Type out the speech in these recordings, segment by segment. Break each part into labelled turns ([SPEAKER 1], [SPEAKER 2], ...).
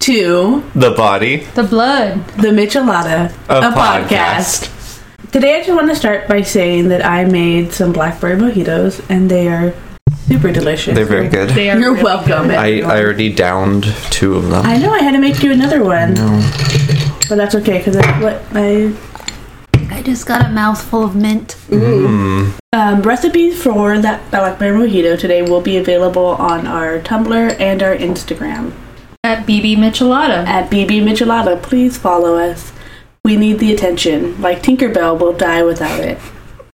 [SPEAKER 1] to
[SPEAKER 2] The Body,
[SPEAKER 3] The blood.
[SPEAKER 1] The Michelada,
[SPEAKER 2] a,
[SPEAKER 1] a podcast.
[SPEAKER 2] podcast.
[SPEAKER 1] Today, I just want to start by saying that I made some blackberry mojitos, and they are super delicious.
[SPEAKER 2] They're very good.
[SPEAKER 3] They are
[SPEAKER 1] You're
[SPEAKER 3] really
[SPEAKER 1] welcome.
[SPEAKER 3] good.
[SPEAKER 2] I, I already downed two of them.
[SPEAKER 1] I know I had to make you another one,
[SPEAKER 2] No.
[SPEAKER 1] but that's okay because that's what I.
[SPEAKER 3] I just got a mouthful of mint.
[SPEAKER 1] Um, recipes for that blackberry mojito today will be available on our Tumblr and our Instagram
[SPEAKER 3] At BB Michelada.
[SPEAKER 1] at BB Michelada. Please follow us. We need the attention. Like Tinkerbell will die without it.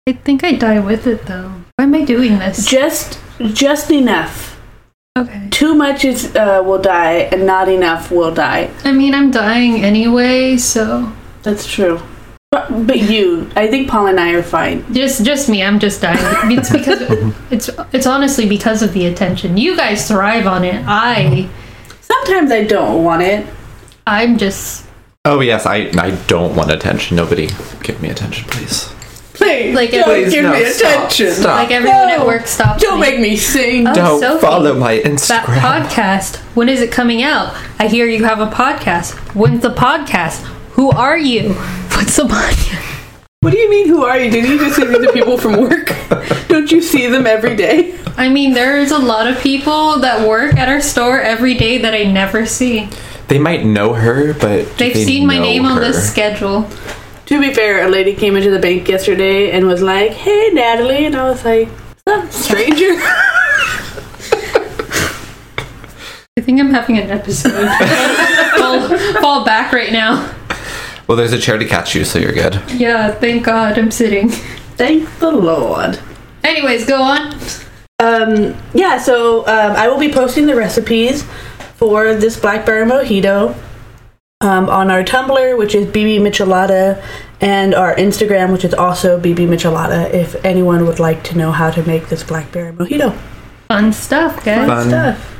[SPEAKER 3] I think I die with it though. Why am I doing this?
[SPEAKER 1] Just, just enough.
[SPEAKER 3] okay.
[SPEAKER 1] Too much is uh, will die, and not enough will die.
[SPEAKER 3] I mean, I'm dying anyway, so
[SPEAKER 1] That's true. But, but you, I think Paul and I are fine.
[SPEAKER 3] just just me. I'm just dying. It's because it's it's honestly because of the attention. You guys thrive on it. I
[SPEAKER 1] Sometimes I don't want it.
[SPEAKER 3] I'm just
[SPEAKER 2] Oh yes, I I don't want attention. Nobody give me attention, please.
[SPEAKER 1] Please,
[SPEAKER 3] Like,
[SPEAKER 1] don't
[SPEAKER 3] please,
[SPEAKER 1] give
[SPEAKER 2] no,
[SPEAKER 1] me
[SPEAKER 2] stop,
[SPEAKER 1] attention.
[SPEAKER 2] stop.
[SPEAKER 3] like everyone
[SPEAKER 1] No.
[SPEAKER 3] at work stops.
[SPEAKER 1] Don't
[SPEAKER 3] me.
[SPEAKER 1] make me sing.
[SPEAKER 3] Oh,
[SPEAKER 2] Don't
[SPEAKER 3] Sophie,
[SPEAKER 2] follow my
[SPEAKER 3] that
[SPEAKER 2] Instagram.
[SPEAKER 3] podcast. When is it coming out? I hear you have a podcast. When's the podcast? Who are you? What's the podcast?
[SPEAKER 1] What do you mean? Who are you? Did you just see these are people from work? Don't you see them every day?
[SPEAKER 3] I mean, there's a lot of people that work at our store every day that I never see.
[SPEAKER 2] they might know her, but do
[SPEAKER 3] They've
[SPEAKER 2] they
[SPEAKER 3] seen my
[SPEAKER 2] know
[SPEAKER 3] name on
[SPEAKER 2] her?
[SPEAKER 3] this schedule.
[SPEAKER 1] To be fair, a lady came into the bank yesterday and was like, "Hey, Natalie," and I was like, "Sup, "Stranger."
[SPEAKER 3] I think I'm having an episode. fall, fall back right now.
[SPEAKER 2] Well, there's a chair to catch you, so you're good.
[SPEAKER 3] Yeah, thank God I'm sitting.
[SPEAKER 1] Thank the Lord.
[SPEAKER 3] Anyways, go on.
[SPEAKER 1] Um, yeah, so um, I will be posting the recipes for this blackberry mojito um, on our Tumblr, which is BB Michelada, and our Instagram, which is also BB Michelada, if anyone would like to know how to make this blackberry mojito.
[SPEAKER 3] Fun stuff, guys.
[SPEAKER 2] Fun.
[SPEAKER 1] stuff.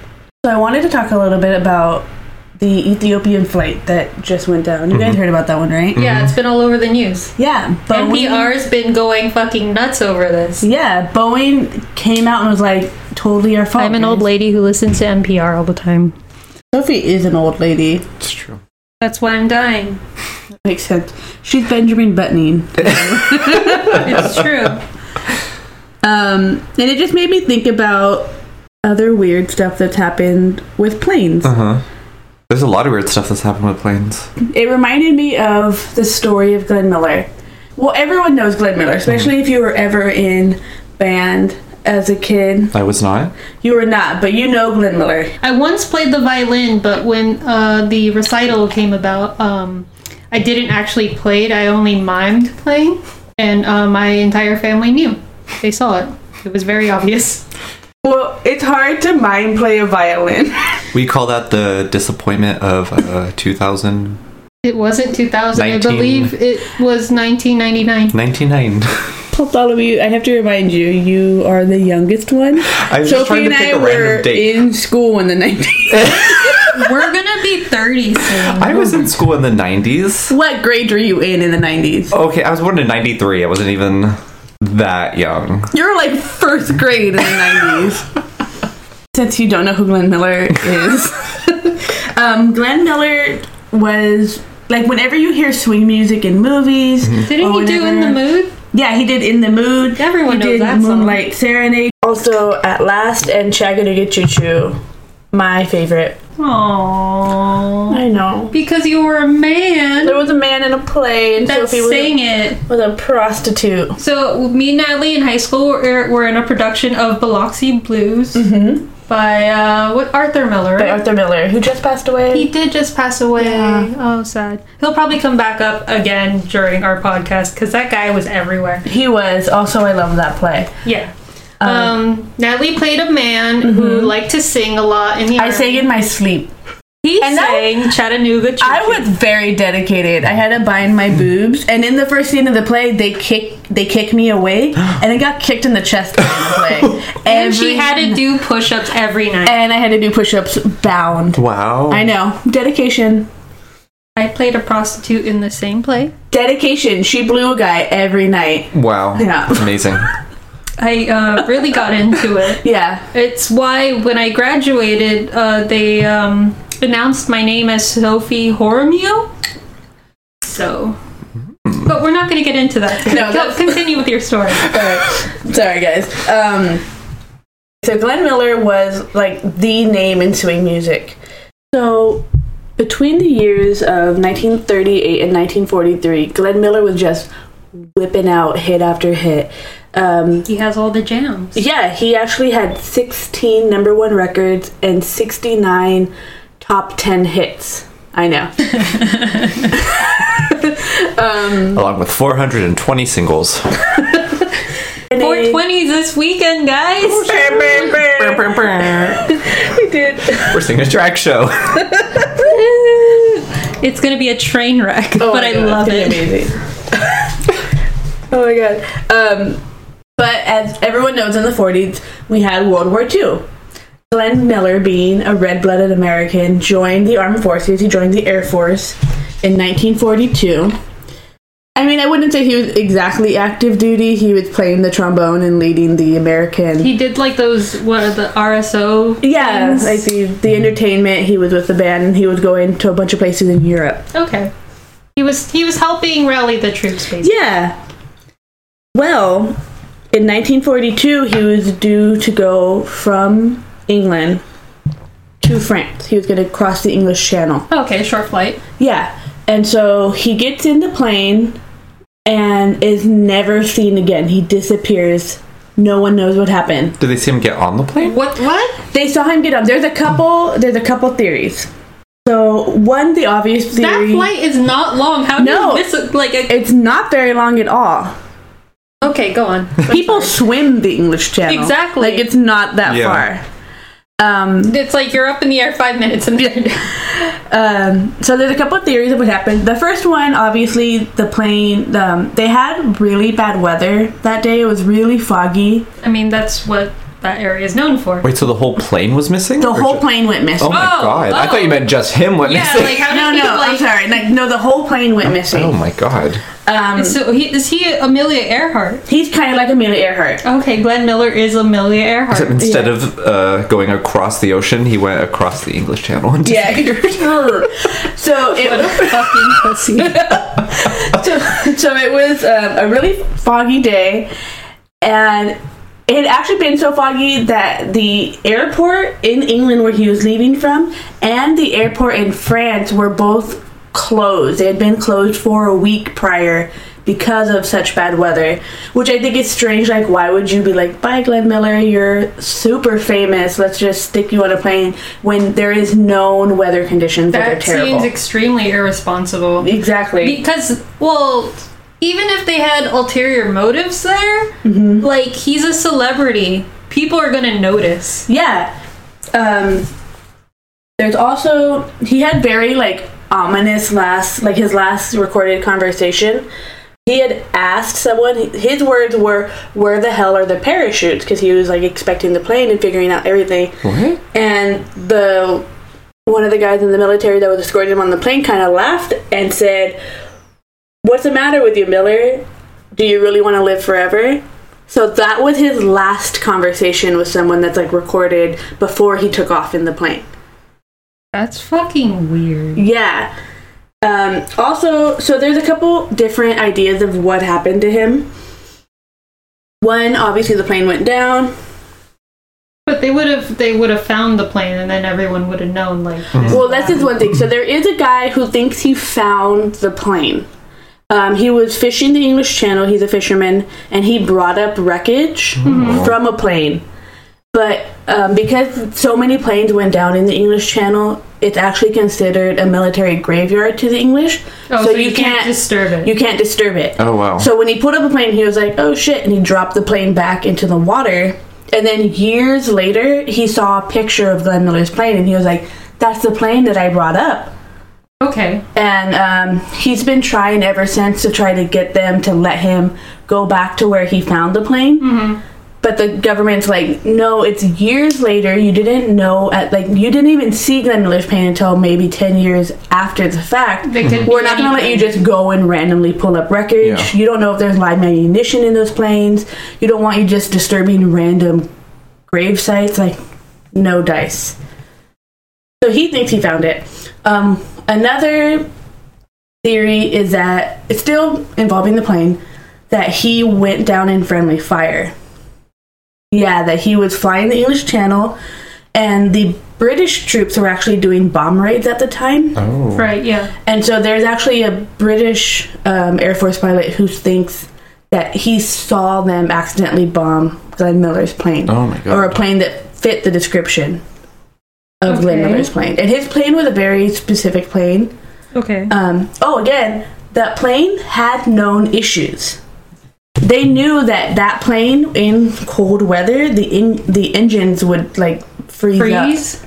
[SPEAKER 1] So I wanted to talk a little bit about the Ethiopian flight that just went down. You guys heard about that one, right?
[SPEAKER 3] Yeah, it's been all over the news.
[SPEAKER 1] Mm-hmm. Yeah, Boeing-
[SPEAKER 3] NPR's been going fucking nuts over this.
[SPEAKER 1] Yeah, Boeing came out and was like, totally our fault.
[SPEAKER 3] I'm an old
[SPEAKER 1] guys.
[SPEAKER 3] lady who listens to NPR all the time.
[SPEAKER 1] Sophie is an old lady.
[SPEAKER 2] It's true.
[SPEAKER 3] That's why I'm dying.
[SPEAKER 1] Makes sense. She's Benjamin Buttoning.
[SPEAKER 3] It's true.
[SPEAKER 1] Um, and it just made me think about other weird stuff that's happened with planes.
[SPEAKER 2] Uh huh. There's a lot of weird stuff that's happened with planes.
[SPEAKER 1] It reminded me of the story of Glenn Miller. Well, everyone knows Glenn Miller,
[SPEAKER 2] Uh-huh.
[SPEAKER 1] especially if you were ever in band as a kid.
[SPEAKER 2] I was not.
[SPEAKER 1] You were not, but you know Glenn Miller.
[SPEAKER 3] I once played the violin, but when uh, the recital came about, um, I didn't actually play it. I only mimed playing, and uh, my entire family knew. They saw it. It was very obvious.
[SPEAKER 1] Well, it's hard to mind play a violin.
[SPEAKER 2] We call that the disappointment of uh, 2000.
[SPEAKER 3] It wasn't 2000. I
[SPEAKER 2] 19.
[SPEAKER 3] believe it was 1999.
[SPEAKER 2] 99.
[SPEAKER 1] Plus, all of you, I have to remind you, you are the youngest one.
[SPEAKER 2] I was just
[SPEAKER 1] Sophie
[SPEAKER 2] trying
[SPEAKER 1] and
[SPEAKER 2] to
[SPEAKER 1] I
[SPEAKER 2] pick a
[SPEAKER 1] were
[SPEAKER 2] random date.
[SPEAKER 1] in school in the 90s.
[SPEAKER 3] We're gonna be 30 soon.
[SPEAKER 2] I was in school in the 90s.
[SPEAKER 1] what grade were you in in the 90s?
[SPEAKER 2] Okay, I was born in 93. I wasn't even that young.
[SPEAKER 1] You're like first grade in the 90s. Since you don't know who Glenn Miller is, um, Glenn Miller was like whenever you hear swing music in movies.
[SPEAKER 3] Didn't
[SPEAKER 1] or
[SPEAKER 3] he do in the
[SPEAKER 1] whenever-
[SPEAKER 3] mood?
[SPEAKER 1] Yeah, he did In the Mood.
[SPEAKER 3] Everyone
[SPEAKER 1] he
[SPEAKER 3] knows
[SPEAKER 1] did
[SPEAKER 3] that song.
[SPEAKER 1] Moonlight Serenade. Also, At Last and Chattanooga Choo Choo. My favorite.
[SPEAKER 3] Aww.
[SPEAKER 1] I know.
[SPEAKER 3] Because you were a man
[SPEAKER 1] There was a man in a play, and
[SPEAKER 3] that
[SPEAKER 1] Sophie was
[SPEAKER 3] sang
[SPEAKER 1] a,
[SPEAKER 3] it.
[SPEAKER 1] was a prostitute.
[SPEAKER 3] So me and Natalie in high school were, er, were in a production of Biloxi Blues by uh, what Arthur Miller.
[SPEAKER 1] Mm-hmm. By
[SPEAKER 3] right?
[SPEAKER 1] Arthur Miller, who just passed
[SPEAKER 3] He
[SPEAKER 1] away.
[SPEAKER 3] did just pass away.
[SPEAKER 1] Yeah.
[SPEAKER 3] Oh, sad. He'll probably come back up again during our podcast because that guy was everywhere.
[SPEAKER 1] He was. Also, I love that play.
[SPEAKER 3] Yeah.
[SPEAKER 1] Uh.
[SPEAKER 3] Um, Natalie played a man who liked to sing a lot, and he
[SPEAKER 1] Mm-hmm. I sang in my sleep.
[SPEAKER 3] he
[SPEAKER 1] and that-
[SPEAKER 3] sang Chattanooga. Choo-Choo.
[SPEAKER 1] I was very dedicated. I had to bind my boobs, and in the first scene of the play, they kick they kick me away, and I got kicked in the chest during the play.
[SPEAKER 3] and she
[SPEAKER 1] Every-
[SPEAKER 3] had to do push-ups every night.
[SPEAKER 1] and I had to do push-ups bound.
[SPEAKER 2] Wow.
[SPEAKER 1] I know dedication,
[SPEAKER 3] I played a prostitute in the same play.
[SPEAKER 1] dedication. She blew a guy every night.
[SPEAKER 2] Wow.
[SPEAKER 1] Yeah.
[SPEAKER 2] Amazing.
[SPEAKER 3] I uh, really got into it.
[SPEAKER 1] Yeah,
[SPEAKER 3] It's why when I graduated, uh, they um, announced my name as Sophie Hormio. So, but we're not going to get into that.
[SPEAKER 1] No,
[SPEAKER 3] Go,
[SPEAKER 1] that's-
[SPEAKER 3] continue with your story.
[SPEAKER 1] Alright. Sorry, guys. Um, so Glenn Miller was like the name in swing music. So between the years of 1938 and 1943, Glenn Miller was just whipping out hit after hit. Um,
[SPEAKER 3] He has all the jams.
[SPEAKER 1] yeah, he actually had 16 number one records and 69 top 10 hits. I know.
[SPEAKER 2] along with 420 singles.
[SPEAKER 3] 420 this weekend,
[SPEAKER 1] Oh,
[SPEAKER 3] guys.
[SPEAKER 2] We're
[SPEAKER 1] We did.
[SPEAKER 2] singing a drag show.
[SPEAKER 3] It's going to be a train wreck, but
[SPEAKER 1] Oh my
[SPEAKER 3] I
[SPEAKER 1] God,
[SPEAKER 3] love
[SPEAKER 1] it's
[SPEAKER 3] it.
[SPEAKER 1] gonna be amazing. oh my god. Um, but as everyone knows, in the 40s, we had World War II. Glenn Miller, being a red blooded American, joined the armed forces. He joined the Air Force in 1942. I mean, I wouldn't say he was exactly active duty. He was playing the trombone and leading the American.
[SPEAKER 3] He did like those, what are the RSO?
[SPEAKER 1] yeah,
[SPEAKER 3] things?
[SPEAKER 1] like the, the entertainment. He was with the band and he was going to a bunch of places in Europe.
[SPEAKER 3] okay. He was he was helping rally the troops basically.
[SPEAKER 1] Yeah. Well, in 1942, he was due to go from England to France. He was going to cross the English Channel.
[SPEAKER 3] Okay, short flight.
[SPEAKER 1] Yeah. And so he gets in the plane and is never seen again. He disappears. No one knows what happened.
[SPEAKER 2] Did they see him get on the plane?
[SPEAKER 3] What what?
[SPEAKER 1] They saw him get on. There's a couple. There's a couple theories. So one, the obvious theory.
[SPEAKER 3] That flight is not long. How do
[SPEAKER 1] No.
[SPEAKER 3] you miss it? Like a,
[SPEAKER 1] It's not very long at all.
[SPEAKER 3] okay, go on.
[SPEAKER 1] People swim the English Channel.
[SPEAKER 3] Exactly.
[SPEAKER 1] Like it's not that
[SPEAKER 2] Yeah.
[SPEAKER 1] far. Um,
[SPEAKER 3] It's like you're up in the air five minutes and then
[SPEAKER 1] um, so there's a couple of theories of what happened. The first one, obviously, the plane. Um, they had really bad weather that day. It was really foggy.
[SPEAKER 3] I mean that's what that area is known for.
[SPEAKER 2] Wait, so the whole plane was missing?
[SPEAKER 1] The
[SPEAKER 2] Or
[SPEAKER 1] whole
[SPEAKER 2] ju-
[SPEAKER 1] plane went missing.
[SPEAKER 2] Oh my
[SPEAKER 3] Oh,
[SPEAKER 2] god. I
[SPEAKER 3] oh.
[SPEAKER 2] thought you meant just him went
[SPEAKER 3] Yeah,
[SPEAKER 2] missing.
[SPEAKER 3] like how
[SPEAKER 1] no,
[SPEAKER 3] did
[SPEAKER 1] no,
[SPEAKER 3] he like
[SPEAKER 1] I'm sorry. Like no, the whole plane went
[SPEAKER 2] oh
[SPEAKER 1] missing.
[SPEAKER 2] my god.
[SPEAKER 1] Um,
[SPEAKER 3] So he is he Amelia Earhart?
[SPEAKER 1] he's kind of like Amelia Earhart.
[SPEAKER 3] Okay, Glenn Miller is Amelia Earhart.
[SPEAKER 2] Instead of uh, going across the ocean, he went across the English Channel. and
[SPEAKER 1] Yeah. so it.
[SPEAKER 3] Fucking pussy.
[SPEAKER 1] so, so it was um, a really foggy day, and it had actually been so foggy that the airport in England where he was leaving from and the airport in France were both closed. They had been closed for a week prior because of such bad weather, which I think is strange. Like, why would you be like, bye, Glenn Miller, you're super famous, let's just stick you on a plane when there is known weather conditions that, are
[SPEAKER 3] That
[SPEAKER 1] terrible?
[SPEAKER 3] seems extremely irresponsible.
[SPEAKER 1] exactly.
[SPEAKER 3] Because well, even if they had ulterior motives there, like he's a celebrity. People are gonna notice.
[SPEAKER 1] Yeah. Um there's also he had very like ominous last like his last recorded conversation. He had asked someone his words were where the hell are the parachutes because he was like expecting the plane and figuring out everything.
[SPEAKER 2] What?
[SPEAKER 1] And the one of the guys in the military that was escorting him on the plane kind of laughed and said, "What's the matter with you, Miller? Do you really want to live forever?" So that was his last conversation with someone that's like recorded before he took off in the plane.
[SPEAKER 3] That's fucking weird.
[SPEAKER 1] Yeah. Um, also, so there's a couple different ideas of what happened to him. One, obviously, the plane went down.
[SPEAKER 3] But they would have they would have found the plane and then everyone would have known like
[SPEAKER 1] Well, that's just one thing. So there is a guy who thinks he found the plane. Um, he was fishing the English Channel. He's a fisherman, and he brought up wreckage from a plane. But um, because so many planes went down in the English Channel, it's actually considered a military graveyard to the English.
[SPEAKER 3] Oh, so you can't disturb it.
[SPEAKER 1] You can't disturb it.
[SPEAKER 2] Oh wow.
[SPEAKER 1] So when he pulled up a plane, he was like, "Oh shit!" and he dropped the plane back into the water. And then years later, he saw a picture of Glenn Miller's plane, and he was like, "That's the plane that I brought up."
[SPEAKER 3] Okay.
[SPEAKER 1] And um, he's been trying ever since to try to get them to let him go back to where he found the plane. But the government's like, no, it's years later. You didn't know at like you didn't even see Glenn Miller's plane until maybe ten years after the fact.
[SPEAKER 3] They could
[SPEAKER 1] We're not going to let you just go and randomly pull up wreckage.
[SPEAKER 2] Yeah.
[SPEAKER 1] You don't know if there's live ammunition in those planes. You don't want you just disturbing random grave sites. Like, no dice. So he thinks he found it. Um, another theory is that it's still involving the plane that he went down in friendly fire. Yeah, that he was flying the English Channel, and the British troops were actually doing bomb raids at the time.
[SPEAKER 2] Oh.
[SPEAKER 3] Right, yeah.
[SPEAKER 1] And so there's actually a British um, Air Force pilot who thinks that he saw them accidentally bomb Glenn Miller's plane.
[SPEAKER 2] Oh my God.
[SPEAKER 1] Or a plane that fit the description of Glenn
[SPEAKER 3] Okay.
[SPEAKER 1] Miller's plane. And his plane was a very specific plane.
[SPEAKER 3] Okay.
[SPEAKER 1] Um, oh, again, that plane had known issues. They knew that that plane in cold weather, the in- the engines would like freeze, up
[SPEAKER 3] Freeze?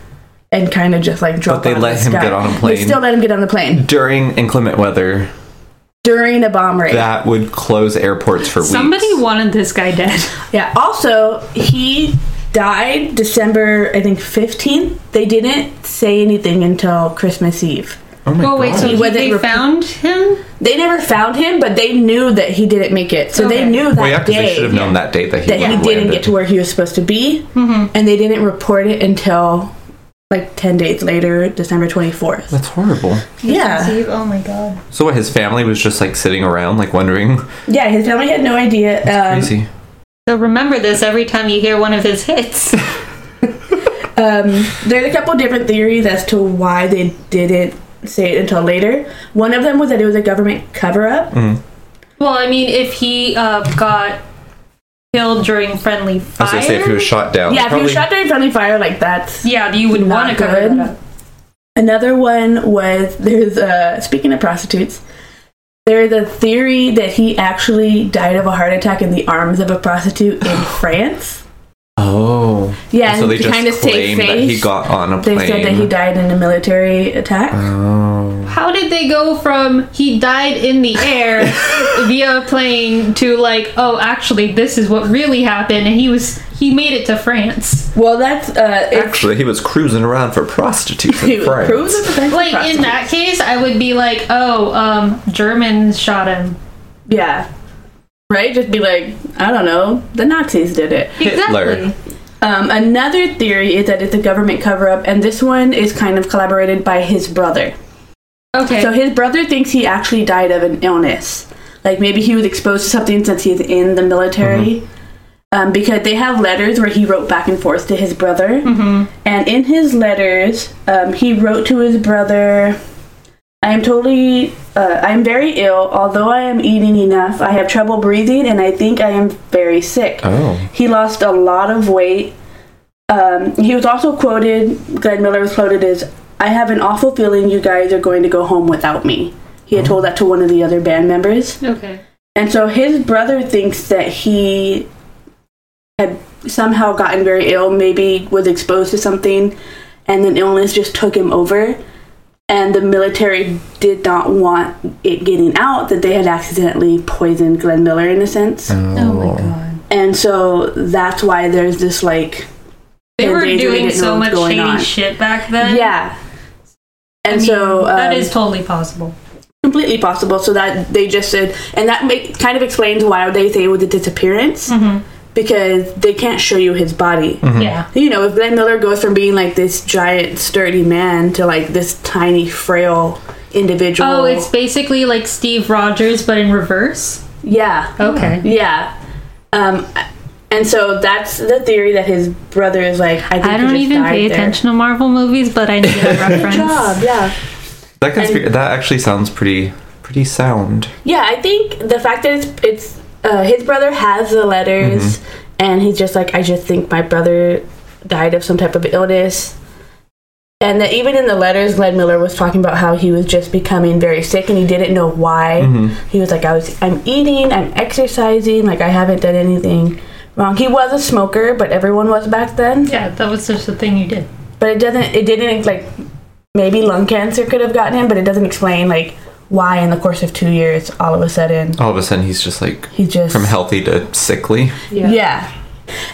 [SPEAKER 1] and kind of just like drop.
[SPEAKER 2] they
[SPEAKER 1] out of
[SPEAKER 2] let
[SPEAKER 1] the
[SPEAKER 2] him
[SPEAKER 1] sky.
[SPEAKER 2] get on a
[SPEAKER 1] They
[SPEAKER 2] plane.
[SPEAKER 1] still let him get on the plane
[SPEAKER 2] During inclement weather,
[SPEAKER 1] during a bomb raid.
[SPEAKER 2] that would close airports for weeks. Oh
[SPEAKER 3] Somebody wanted this guy dead.
[SPEAKER 1] Yeah. Also, he died December, I think, 15th. They didn't say anything until Christmas Eve.
[SPEAKER 2] Oh my
[SPEAKER 3] Oh, wait,
[SPEAKER 2] God.
[SPEAKER 3] so he,
[SPEAKER 1] wasn't
[SPEAKER 3] they
[SPEAKER 1] rep-
[SPEAKER 3] found him?
[SPEAKER 1] They never found him, but they knew that he didn't make it. So
[SPEAKER 3] Okay.
[SPEAKER 1] they knew that
[SPEAKER 2] well, yeah, 'cause
[SPEAKER 1] day
[SPEAKER 2] they should have known that date that he,
[SPEAKER 1] that he
[SPEAKER 2] landed.
[SPEAKER 1] didn't get to where he was supposed to be. Mm-hmm. And they didn't report it until like 10 days later, December 24th.
[SPEAKER 2] That's horrible.
[SPEAKER 1] Yeah.
[SPEAKER 3] Oh my god.
[SPEAKER 2] So what? His family was just like sitting around, like wondering.
[SPEAKER 1] Yeah, his family had no idea. Um,
[SPEAKER 2] Crazy.
[SPEAKER 3] So remember this every time you hear one of his hits.
[SPEAKER 1] Um, there's a couple different theories as to why they didn't say it until later. One of them was that it was a government cover up.
[SPEAKER 3] well, I mean, if he uh, got killed during friendly
[SPEAKER 2] I was
[SPEAKER 3] fire,
[SPEAKER 2] gonna say if he was shot down.
[SPEAKER 1] Yeah, if you
[SPEAKER 2] probably-
[SPEAKER 1] shot during friendly fire, like that's
[SPEAKER 3] yeah, you would
[SPEAKER 1] Not
[SPEAKER 3] want to cover
[SPEAKER 1] good.
[SPEAKER 3] that up.
[SPEAKER 1] another one was there's uh speaking of prostitutes, there's a theory that he actually died of a heart attack in the arms of a prostitute in France.
[SPEAKER 2] Oh.
[SPEAKER 1] Yeah,
[SPEAKER 2] And so
[SPEAKER 1] and
[SPEAKER 2] they
[SPEAKER 1] to
[SPEAKER 2] just
[SPEAKER 1] kinda save
[SPEAKER 2] claimed that he
[SPEAKER 1] face,
[SPEAKER 2] got on a
[SPEAKER 1] They
[SPEAKER 2] plane.
[SPEAKER 1] said that he died in a military attack.
[SPEAKER 2] Oh.
[SPEAKER 3] How did they go from he died in the air via a plane to like, oh, actually, this is what really happened, and he was he made it to France,
[SPEAKER 1] Well, that's uh, it
[SPEAKER 2] Actually, he was cruising around for prostitutes in France.
[SPEAKER 1] proves that the French were
[SPEAKER 3] Like in
[SPEAKER 1] prostitutes.
[SPEAKER 3] that case, I would be like, oh, um, Germans shot him.
[SPEAKER 1] Yeah. Right? Just be like, I don't know, the Nazis did it.
[SPEAKER 2] Hitler.
[SPEAKER 3] Exactly.
[SPEAKER 1] Um, another theory is that it's a government cover up, and this one is kind of collaborated by his brother.
[SPEAKER 3] Okay.
[SPEAKER 1] So his brother thinks he actually died of an illness. Like maybe he was exposed to something since he's in the military. Um, because they have letters where he wrote back and forth to his brother. And in his letters, um, he wrote to his brother I am totally, uh, I am very ill. Although I am eating enough, I have trouble breathing and I think I am very sick.
[SPEAKER 2] Oh.
[SPEAKER 1] He lost a lot of weight. Um, he was also quoted, Glenn Miller was quoted as, I have an awful feeling you guys are going to go home without me. He had told that to one of the other band members.
[SPEAKER 3] okay.
[SPEAKER 1] And so his brother thinks that he had somehow gotten very ill, maybe was exposed to something, and then illness just took him over. And the military did not want it getting out that they had accidentally poisoned Glenn Miller in a sense.
[SPEAKER 2] Hmm.
[SPEAKER 3] Oh my god.
[SPEAKER 1] And so that's why there's this like
[SPEAKER 3] They
[SPEAKER 1] And
[SPEAKER 3] were
[SPEAKER 1] they really
[SPEAKER 3] doing
[SPEAKER 1] didn't know
[SPEAKER 3] so
[SPEAKER 1] what was
[SPEAKER 3] much
[SPEAKER 1] going
[SPEAKER 3] shady
[SPEAKER 1] on.
[SPEAKER 3] shit back then.
[SPEAKER 1] yeah.
[SPEAKER 3] I
[SPEAKER 1] And
[SPEAKER 3] mean,
[SPEAKER 1] so um,
[SPEAKER 3] that is totally possible.
[SPEAKER 1] completely possible. So that they just said, and that make, kind of explains why they say it was a disappearance
[SPEAKER 3] Mm-hmm.
[SPEAKER 1] because they can't show you his body.
[SPEAKER 2] Mm-hmm.
[SPEAKER 3] Yeah.
[SPEAKER 1] You know, if Glenn Miller goes from being like this giant, sturdy man to like this tiny, frail individual.
[SPEAKER 3] Oh, it's basically like Steve Rogers, but in reverse.
[SPEAKER 1] yeah,
[SPEAKER 3] Okay.
[SPEAKER 1] yeah. Um, and so that's the theory that his brother is like. I, think
[SPEAKER 3] I
[SPEAKER 1] he
[SPEAKER 3] don't
[SPEAKER 1] just
[SPEAKER 3] even
[SPEAKER 1] died
[SPEAKER 3] pay
[SPEAKER 1] there.
[SPEAKER 3] attention to Marvel movies, but I need a reference.
[SPEAKER 1] Job, yeah.
[SPEAKER 2] That conspira- that actually sounds pretty pretty sound.
[SPEAKER 1] Yeah, I think the fact that it's, it's uh, his brother has the letters, and he's just like, I just think my brother died of some type of illness. And that even in the letters, Glenn Miller was talking about how he was just becoming very sick and he didn't know why. He was like, I was, I'm eating, I'm exercising, like I haven't done anything wrong. He was a smoker, but everyone was back then.
[SPEAKER 3] Yeah, that was just the thing you did.
[SPEAKER 1] But it doesn't, it didn't like, maybe lung cancer could have gotten him, but it doesn't explain like why in the course of two years, all of a sudden,
[SPEAKER 2] All of a sudden, he's just like
[SPEAKER 1] he just
[SPEAKER 2] from healthy to sickly.
[SPEAKER 1] Yeah.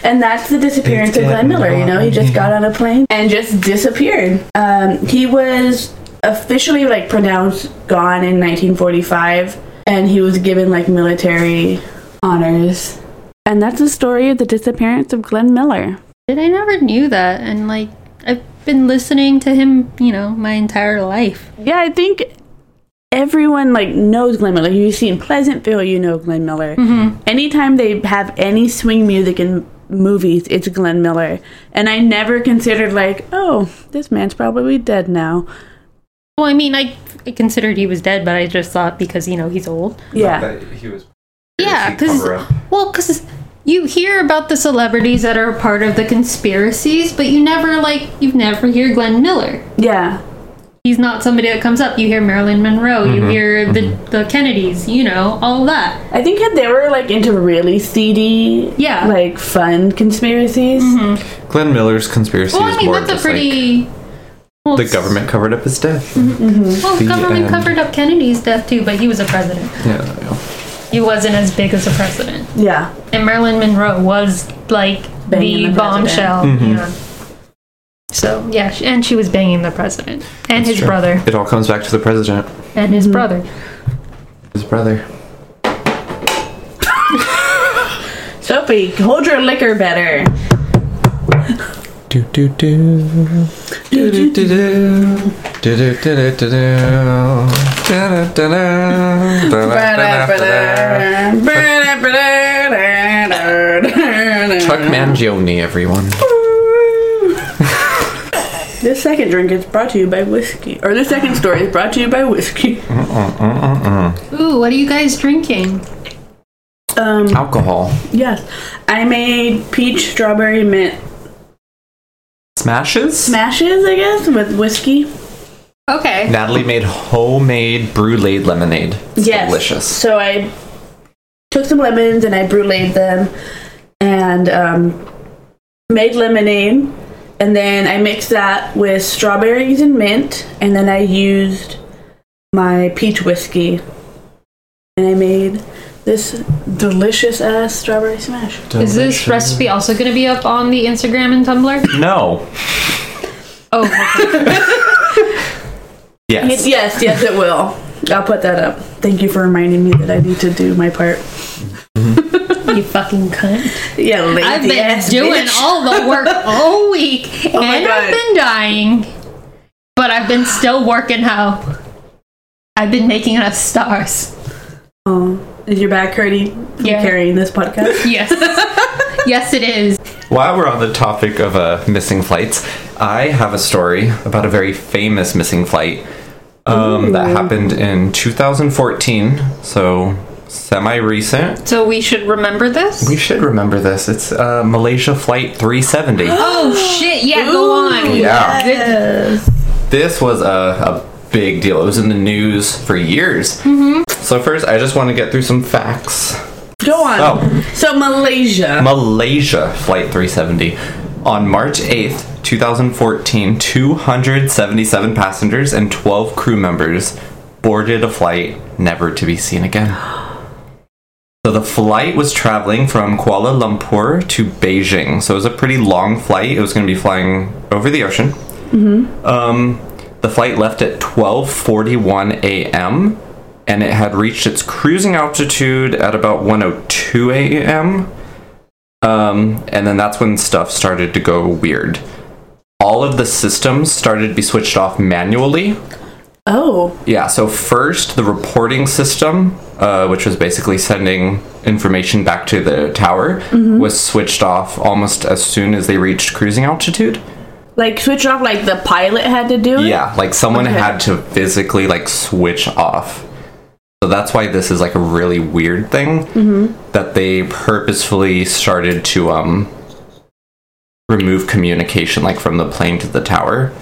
[SPEAKER 1] And that's the disappearance
[SPEAKER 2] It's
[SPEAKER 1] of Glenn
[SPEAKER 2] getting
[SPEAKER 1] Miller, you know? He just got on a plane and just disappeared. Um, he was officially like pronounced gone in 1945 and he was given like military honors. And that's the story of the disappearance of Glenn Miller.
[SPEAKER 3] But I never knew that, and like I
[SPEAKER 4] been listening to him, you know, my entire life.
[SPEAKER 1] Yeah, I think everyone like knows Glenn Miller. You see in Pleasantville, you know Glenn Miller. Anytime they have any swing music in movies, it's Glenn Miller. And I never considered like, oh, this man's probably dead now.
[SPEAKER 4] Well, I mean, I, I considered he was dead, but I just thought because you know he's old.
[SPEAKER 1] Yeah,
[SPEAKER 2] he was. Conspiracy
[SPEAKER 4] Yeah, because
[SPEAKER 2] cover-up.
[SPEAKER 4] well, because you hear about the celebrities that are part of the conspiracies, but you never like you never hear Glenn Miller.
[SPEAKER 1] yeah,
[SPEAKER 4] He's not somebody that comes up. You hear Marilyn Monroe,
[SPEAKER 2] Mm-hmm.
[SPEAKER 4] you hear the the Kennedys, you know, all that.
[SPEAKER 1] I think if they were like into really seedy,
[SPEAKER 4] Yeah.
[SPEAKER 1] like fun conspiracies.
[SPEAKER 2] Glenn Miller's conspiracy
[SPEAKER 4] Well,
[SPEAKER 2] is
[SPEAKER 4] I mean,
[SPEAKER 2] more
[SPEAKER 4] that's a
[SPEAKER 2] just like,
[SPEAKER 4] pretty. well,
[SPEAKER 2] the government covered up his death.
[SPEAKER 1] Mm-hmm.
[SPEAKER 4] Well,
[SPEAKER 2] the,
[SPEAKER 4] government
[SPEAKER 2] um,
[SPEAKER 4] covered up Kennedy's death too, but he was a president.
[SPEAKER 2] Yeah, I know.
[SPEAKER 4] He wasn't as big as a president.
[SPEAKER 1] Yeah,
[SPEAKER 4] And Marilyn Monroe was like
[SPEAKER 1] Banging the
[SPEAKER 4] the,
[SPEAKER 1] president.
[SPEAKER 4] bombshell.
[SPEAKER 2] Mm-hmm.
[SPEAKER 4] Yeah. So yeah, she, and she was banging the president and his
[SPEAKER 2] Sure.
[SPEAKER 4] brother
[SPEAKER 2] It all comes back to the president.
[SPEAKER 4] and his brother.
[SPEAKER 2] His brother.
[SPEAKER 1] Sophie, hold your liquor better.
[SPEAKER 2] Do do do do do do do do do do do do do da da da da da da da da. Chuck Mangione, everyone.
[SPEAKER 1] This second drink is brought to you by whiskey, or this second story is brought to you by whiskey.
[SPEAKER 4] Ooh, what are you guys drinking?
[SPEAKER 1] Um,
[SPEAKER 2] Alcohol.
[SPEAKER 1] yes, I made peach strawberry mint
[SPEAKER 2] Smashes?
[SPEAKER 1] mashes, I guess, with whiskey.
[SPEAKER 4] Okay.
[SPEAKER 2] Natalie made homemade brulee lemonade. It's
[SPEAKER 1] yes,
[SPEAKER 2] delicious.
[SPEAKER 1] So I took some lemons and I bruleed them, and um, made lemonade, and then I mixed that with strawberries and mint, and then I used my peach whiskey, and I made this delicious ass strawberry smash.
[SPEAKER 4] Is this recipe also going to be up on the Instagram and Tumblr?
[SPEAKER 2] No.
[SPEAKER 4] Oh, okay.
[SPEAKER 2] Yes.
[SPEAKER 1] Yes, yes, it will. I'll put that up. Thank you for reminding me that I need to do my part.
[SPEAKER 4] you fucking cunt!
[SPEAKER 1] Yeah, lazy
[SPEAKER 4] I've been
[SPEAKER 1] ass
[SPEAKER 4] doing
[SPEAKER 1] bitch.
[SPEAKER 4] all the work all week,
[SPEAKER 1] my
[SPEAKER 4] and I've
[SPEAKER 1] God.
[SPEAKER 4] been dying, but I've been still working. How? I've been making us stars.
[SPEAKER 1] Oh, is your back hurting from
[SPEAKER 4] Yeah.
[SPEAKER 1] carrying this podcast?
[SPEAKER 4] Yes. yes, it is.
[SPEAKER 2] While we're on the topic of uh, missing flights, I have a story about a very famous missing flight um, that happened in 2014, so semi recent.
[SPEAKER 4] So we should remember this.
[SPEAKER 2] We should remember this. It's uh, Malaysia Flight 370.
[SPEAKER 4] Oh shit! Yeah, go on.
[SPEAKER 2] yeah.
[SPEAKER 1] Yes.
[SPEAKER 2] this was a, a big deal. It was in the news for years. Mm-hmm. So, first, I just want to get through some facts.
[SPEAKER 1] Go on.
[SPEAKER 2] Oh.
[SPEAKER 1] So Malaysia.
[SPEAKER 2] Malaysia Flight 370. On March 8th, 2014, 277 passengers and 12 crew members boarded a flight never to be seen again. So the flight was traveling from Kuala Lumpur to Beijing. So it was a pretty long flight. It was going to be flying over the ocean. Um, the flight left at 12:41 a.m. and it had reached its cruising altitude at about 1:02 a.m. Um, and then that's when stuff started to go weird. All of the systems started to be switched off manually.
[SPEAKER 1] Oh.
[SPEAKER 2] Yeah, so first the reporting system, uh, which was basically sending information back to the tower, was switched off almost as soon as they reached cruising altitude.
[SPEAKER 1] Like switch off like the pilot had to do it?
[SPEAKER 2] Yeah, like someone
[SPEAKER 1] Okay.
[SPEAKER 2] had to physically like switch off. So that's why this is like a really weird thing that they purposefully started to um remove communication like from the plane to the tower.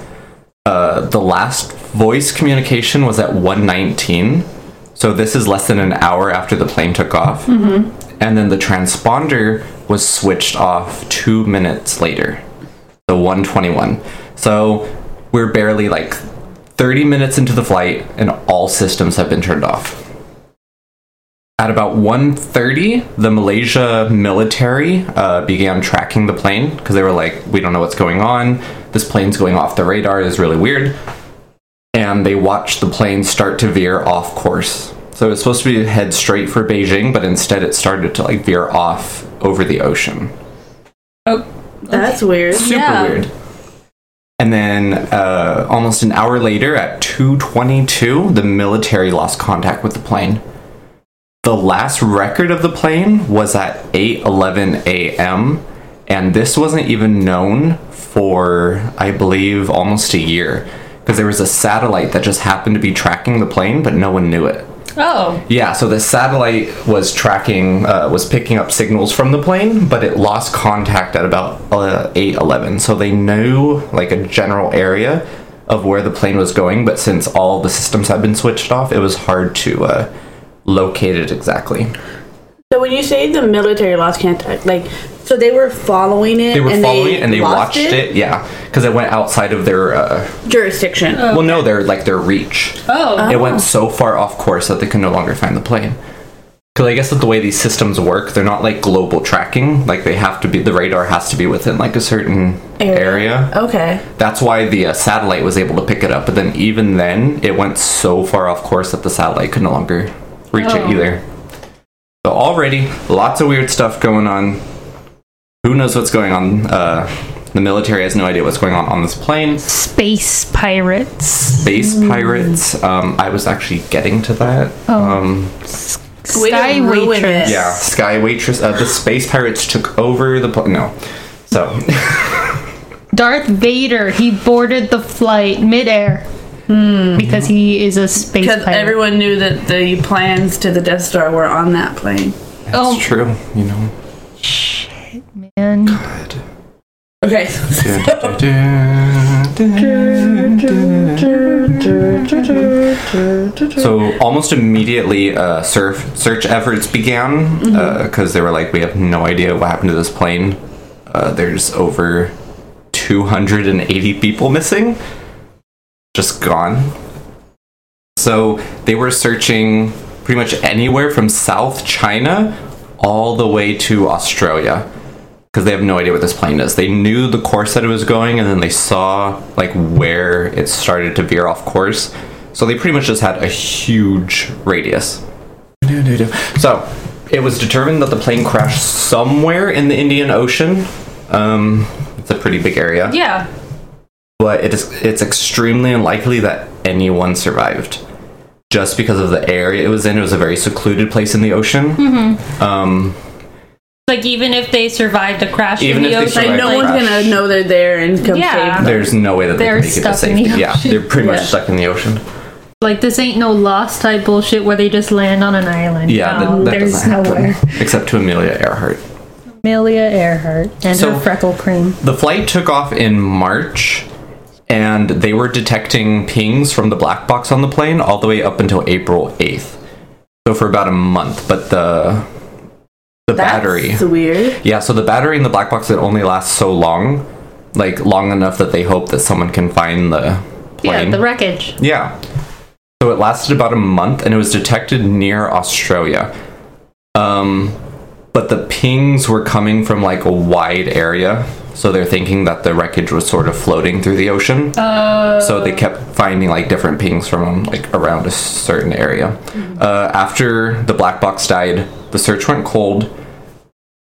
[SPEAKER 2] Uh, the last voice communication was at 119. So this is less than an hour after the plane took off. And then the transponder was switched off 2 minutes later. So 121. So we're barely like 30 minutes into the flight and all systems have been turned off. At about 1.30, the Malaysia military uh, began tracking the plane because they were like, we don't know what's going on. This plane's going off the radar is really weird. And they watched the plane start to veer off course. So it was supposed to be head straight for Beijing, but instead it started to like veer off over the ocean
[SPEAKER 4] Oh,
[SPEAKER 1] That's weird.
[SPEAKER 2] super
[SPEAKER 4] Yeah.
[SPEAKER 2] weird. And then uh, almost an hour later, at 2:22, the military lost contact with the plane. The last record of the plane was at 8:11 a.m., and this wasn't even known for I believe almost a year because there was a satellite that just happened to be tracking the plane, but no one knew it.
[SPEAKER 3] Oh.
[SPEAKER 2] Yeah, so the satellite was tracking, uh, was picking up signals from the plane, but it lost contact at about uh, eight eleven. So they knew like a general area of where the plane was going, but since all the systems had been switched off, it was hard to uh, locate it exactly.
[SPEAKER 1] So when you say the military lost contact, like so they were following it.
[SPEAKER 2] They were
[SPEAKER 1] and
[SPEAKER 2] following it and they
[SPEAKER 1] lost
[SPEAKER 2] watched it, yeah, because it went outside of their. Uh,
[SPEAKER 1] Jurisdiction.
[SPEAKER 2] well, no, their like their reach.
[SPEAKER 3] Oh.
[SPEAKER 2] It went so far off course that they could no longer find the plane. Because I guess with the way these systems work, they're not like global tracking. Like they have to be, the radar has to be within like a certain
[SPEAKER 1] Area.
[SPEAKER 2] area.
[SPEAKER 1] okay.
[SPEAKER 2] That's why the uh, satellite was able to pick it up. But then even then, it went so far off course that the satellite could no longer reach
[SPEAKER 3] Oh.
[SPEAKER 2] it either. So already, lots of weird stuff going on. Who knows what's going on? Uh, the military has no idea what's going on on this plane.
[SPEAKER 3] Space pirates.
[SPEAKER 2] Space pirates. Um, I was actually getting to that.
[SPEAKER 3] Oh.
[SPEAKER 2] Um,
[SPEAKER 1] Way to
[SPEAKER 3] Sky
[SPEAKER 1] ruin
[SPEAKER 3] waitress.
[SPEAKER 1] it.
[SPEAKER 2] Yeah, Sky Waitress. Uh, the space pirates took over the pl- no. So
[SPEAKER 3] Darth Vader. He boarded the flight midair. Because he is a space
[SPEAKER 1] Hmm. Because
[SPEAKER 3] pirate.
[SPEAKER 1] everyone knew that the plans to the Death Star were on that plane.
[SPEAKER 3] oh,
[SPEAKER 2] it's true, you know.
[SPEAKER 3] man.
[SPEAKER 1] Okay.
[SPEAKER 2] So almost immediately, uh, surf search efforts began because they were like, we have no idea what happened to this plane. Uh, there's over 280 people missing, just gone. So they were searching pretty much anywhere from South China all the way to Australia because they have no idea what this plane is. They knew the course that it was going, and then they saw like where it started to veer off course. So they pretty much just had a huge radius. So it was determined that the plane crashed somewhere in the Indian Ocean. Um, it's a pretty big area
[SPEAKER 3] Yeah.
[SPEAKER 2] but it is it's extremely unlikely that anyone survived just because of the area it was in it was a very secluded place in the ocean
[SPEAKER 3] Mm-hmm.
[SPEAKER 2] um,
[SPEAKER 4] Like even if they survived a crash
[SPEAKER 2] Even
[SPEAKER 4] in the
[SPEAKER 2] if they
[SPEAKER 4] ocean,
[SPEAKER 1] Like, no
[SPEAKER 2] Right,
[SPEAKER 1] one's
[SPEAKER 2] right.
[SPEAKER 1] gonna know they're there and come
[SPEAKER 3] Yeah.
[SPEAKER 1] save them.
[SPEAKER 2] there's no way that they
[SPEAKER 3] They're
[SPEAKER 2] can make it to
[SPEAKER 3] stuck in
[SPEAKER 2] safety
[SPEAKER 3] the
[SPEAKER 2] yeah
[SPEAKER 3] ocean.
[SPEAKER 2] they're pretty much
[SPEAKER 1] Yeah.
[SPEAKER 2] stuck in the ocean
[SPEAKER 3] Like this ain't no lost type bullshit where they just land on an island.
[SPEAKER 2] yeah
[SPEAKER 3] No,
[SPEAKER 2] that, that
[SPEAKER 3] there's
[SPEAKER 2] doesn't happen
[SPEAKER 3] nowhere.
[SPEAKER 2] except to amelia earhart
[SPEAKER 3] Amelia Earhart and
[SPEAKER 2] So-
[SPEAKER 3] her freckle cream.
[SPEAKER 2] the flight took off in march and they were detecting pings from the black box on the plane all the way up until april 8th so for about a month but the the battery
[SPEAKER 1] It's weird.
[SPEAKER 2] Yeah, so the battery in the black box it only lasts so long, like long enough that they hope that someone can find the plane.
[SPEAKER 3] Yeah, the wreckage.
[SPEAKER 2] Yeah. So it lasted about a month and it was detected near Australia. Um but the pings were coming from like a wide area, so they're thinking that the wreckage was sort of floating through the ocean.
[SPEAKER 3] Oh.
[SPEAKER 2] so they kept finding like different pings from like around a certain area.
[SPEAKER 3] Mm-hmm.
[SPEAKER 2] Uh, after the black box died, the search went cold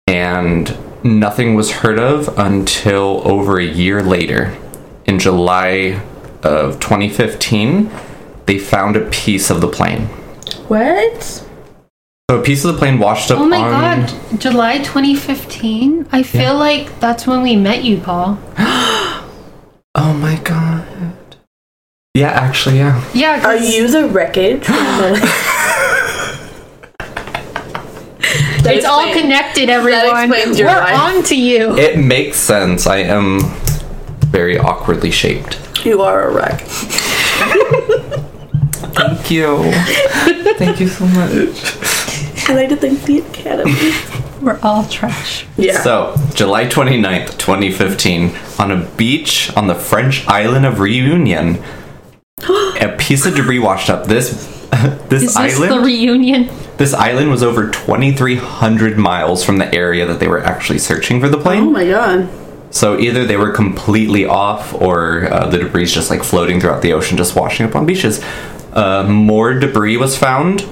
[SPEAKER 2] and nothing was heard of until over a year later. In July of 2015, they found a piece of the plane.
[SPEAKER 1] What?
[SPEAKER 2] So a piece of the plane washed up
[SPEAKER 3] Oh my
[SPEAKER 1] Um,
[SPEAKER 2] on
[SPEAKER 3] god, July 2015? I feel like that's when we met you, Paul.
[SPEAKER 2] Oh my god. Yeah, actually, yeah.
[SPEAKER 3] Yeah,
[SPEAKER 1] Are
[SPEAKER 3] 'cause
[SPEAKER 1] you the wreckage? it's
[SPEAKER 3] it's all connected, everyone.
[SPEAKER 1] explains your
[SPEAKER 3] We're
[SPEAKER 1] life.
[SPEAKER 3] on to you.
[SPEAKER 2] It makes sense. I am very awkwardly shaped.
[SPEAKER 1] You are a wreck.
[SPEAKER 2] Thank you. Thank you so much.
[SPEAKER 1] I like to thank the academy.
[SPEAKER 3] We're all trash.
[SPEAKER 1] yeah.
[SPEAKER 2] So, July 29th, 2015, on a beach on the French island of Reunion, a piece of debris washed up. This this
[SPEAKER 3] Is this the
[SPEAKER 2] island
[SPEAKER 3] reunion?
[SPEAKER 2] this island was over 2300 miles from the area that they were actually searching for the plane.
[SPEAKER 1] oh my god.
[SPEAKER 2] So either they were completely off, or uh, the debris just like floating throughout the ocean, just washing up on beaches. Uh, more debris was found.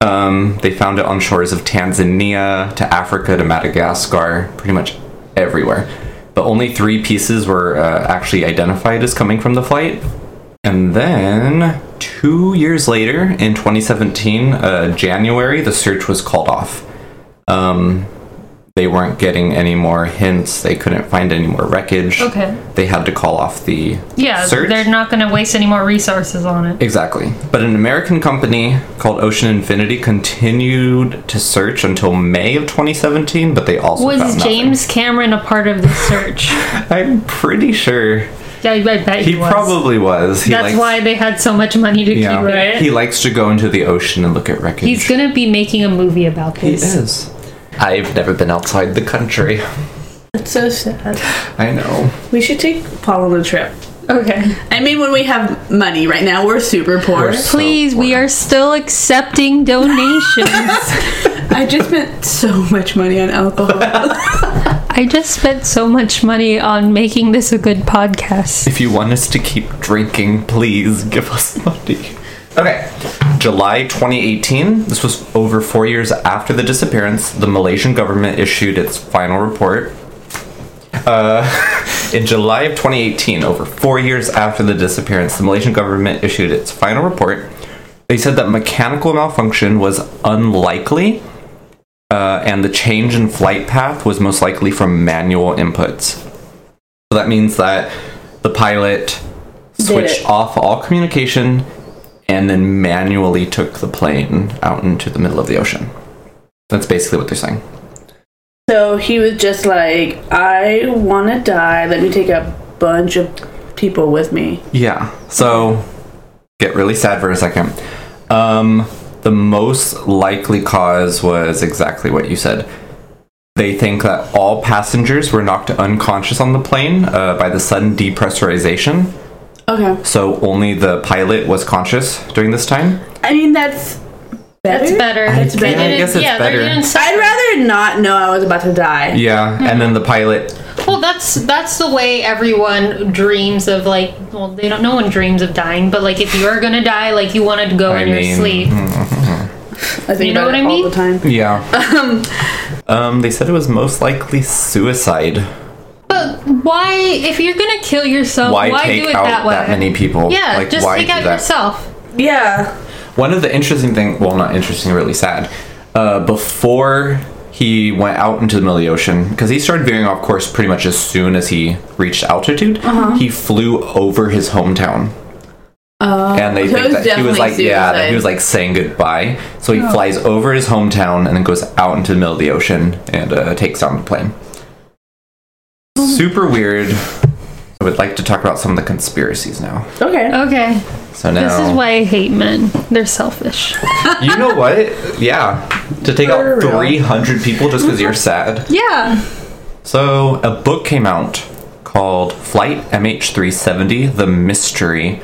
[SPEAKER 2] Um, they found it on shores of Tanzania to Africa to Madagascar, pretty much everywhere. but only three pieces were uh, actually identified as coming from the flight. And then two years later, in 2017, uh, January, the search was called off. Um, they weren't getting any more hints. They couldn't find any more wreckage.
[SPEAKER 4] Okay.
[SPEAKER 2] They had to call off the
[SPEAKER 4] Yeah,
[SPEAKER 2] search.
[SPEAKER 4] they're not going to waste any more resources on it.
[SPEAKER 2] Exactly. But an American company called Ocean Infinity continued to search until May of 2017, but they also found
[SPEAKER 4] Was
[SPEAKER 2] nothing.
[SPEAKER 4] James Cameron a part of this search?
[SPEAKER 2] I'm pretty sure
[SPEAKER 4] yeah, I I bet
[SPEAKER 2] he,
[SPEAKER 4] he, was.
[SPEAKER 2] probably was. He
[SPEAKER 4] That's
[SPEAKER 2] likes,
[SPEAKER 4] why they had so much money to
[SPEAKER 2] yeah,
[SPEAKER 4] keep it.
[SPEAKER 2] he likes to go into the ocean and look at wreckage.
[SPEAKER 4] He's going to be making a movie about
[SPEAKER 2] he
[SPEAKER 4] this.
[SPEAKER 2] is. I've never been outside the country.
[SPEAKER 1] That's so sad.
[SPEAKER 2] I know.
[SPEAKER 1] We should take Paul on a trip.
[SPEAKER 4] Okay.
[SPEAKER 1] I mean, when we have money. Right now, we're super poor.
[SPEAKER 2] We're so
[SPEAKER 4] Please, we
[SPEAKER 2] poor.
[SPEAKER 4] are still accepting donations.
[SPEAKER 1] I just spent so much money on alcohol.
[SPEAKER 4] I just spent so much money on making this a good podcast.
[SPEAKER 2] If you want us to keep drinking, please give us money. Okay. July 2018, this was over four years after the disappearance, the Malaysian government issued its final report. Uh, in July of 2018, over four years after the disappearance, the Malaysian government issued its final report. They said that mechanical malfunction was unlikely, uh, and the change in flight path was most likely from manual inputs. So that means that the pilot switched
[SPEAKER 1] it.
[SPEAKER 2] off all communication and then manually took the plane out into the middle of the ocean. That's basically what they're saying.
[SPEAKER 1] so he was just like, I want to die. Let me take a bunch of people with me.
[SPEAKER 2] Yeah. So get really sad for a second. Um, the most likely cause was exactly what you said. They think that all passengers were knocked unconscious on the plane uh, by the sudden depressurization.
[SPEAKER 1] Okay.
[SPEAKER 2] So only the pilot was conscious during this time.
[SPEAKER 1] I mean, that's better.
[SPEAKER 4] That's better.
[SPEAKER 2] That's better.
[SPEAKER 4] They
[SPEAKER 2] I
[SPEAKER 4] didn't-
[SPEAKER 2] guess it's
[SPEAKER 4] yeah,
[SPEAKER 2] better.
[SPEAKER 4] They didn't
[SPEAKER 1] I'd rather not know I was about to die.
[SPEAKER 2] Yeah. And then the pilot.
[SPEAKER 3] Well, that's that's the way everyone dreams of like. Well, they don't. No one dreams of dying, but like if you are gonna die, like you want to go
[SPEAKER 2] I
[SPEAKER 3] in your
[SPEAKER 2] mean, hmm.
[SPEAKER 3] sleep.
[SPEAKER 1] I think
[SPEAKER 3] You know
[SPEAKER 1] about
[SPEAKER 3] what
[SPEAKER 1] it
[SPEAKER 3] I mean?
[SPEAKER 1] all the time.
[SPEAKER 2] Yeah. um, they said it was most likely suicide.
[SPEAKER 4] But why, if you're gonna kill yourself,
[SPEAKER 2] Why,
[SPEAKER 4] why,
[SPEAKER 2] take
[SPEAKER 4] do it
[SPEAKER 2] out
[SPEAKER 4] that
[SPEAKER 2] that,
[SPEAKER 4] way?
[SPEAKER 2] many people?
[SPEAKER 4] yeah,
[SPEAKER 2] Like,
[SPEAKER 4] just
[SPEAKER 2] why
[SPEAKER 4] take
[SPEAKER 2] do
[SPEAKER 4] out
[SPEAKER 2] that?
[SPEAKER 4] yourself.
[SPEAKER 1] Yeah.
[SPEAKER 2] One of the interesting thing, well, not interesting, really sad. Uh, before he went out into the middle of the ocean, because he started veering off course pretty much as soon as he reached altitude, he flew over his hometown. and they
[SPEAKER 1] so it was
[SPEAKER 2] think that he was
[SPEAKER 1] definitely
[SPEAKER 2] like, yeah, that
[SPEAKER 1] suicide.
[SPEAKER 2] he was like saying goodbye. So he flies over his hometown and then goes out into the middle of the ocean and uh, takes down the plane. Super weird. I would like to talk about some of the conspiracies now.
[SPEAKER 1] Okay.
[SPEAKER 4] Okay,
[SPEAKER 2] So now
[SPEAKER 4] this is why I hate men. They're selfish.
[SPEAKER 2] You know what? Yeah. To take
[SPEAKER 1] For
[SPEAKER 2] out
[SPEAKER 1] real.
[SPEAKER 2] 300 people just because you're sad.
[SPEAKER 4] Yeah.
[SPEAKER 2] So, a book came out called Flight MH370 The Mystery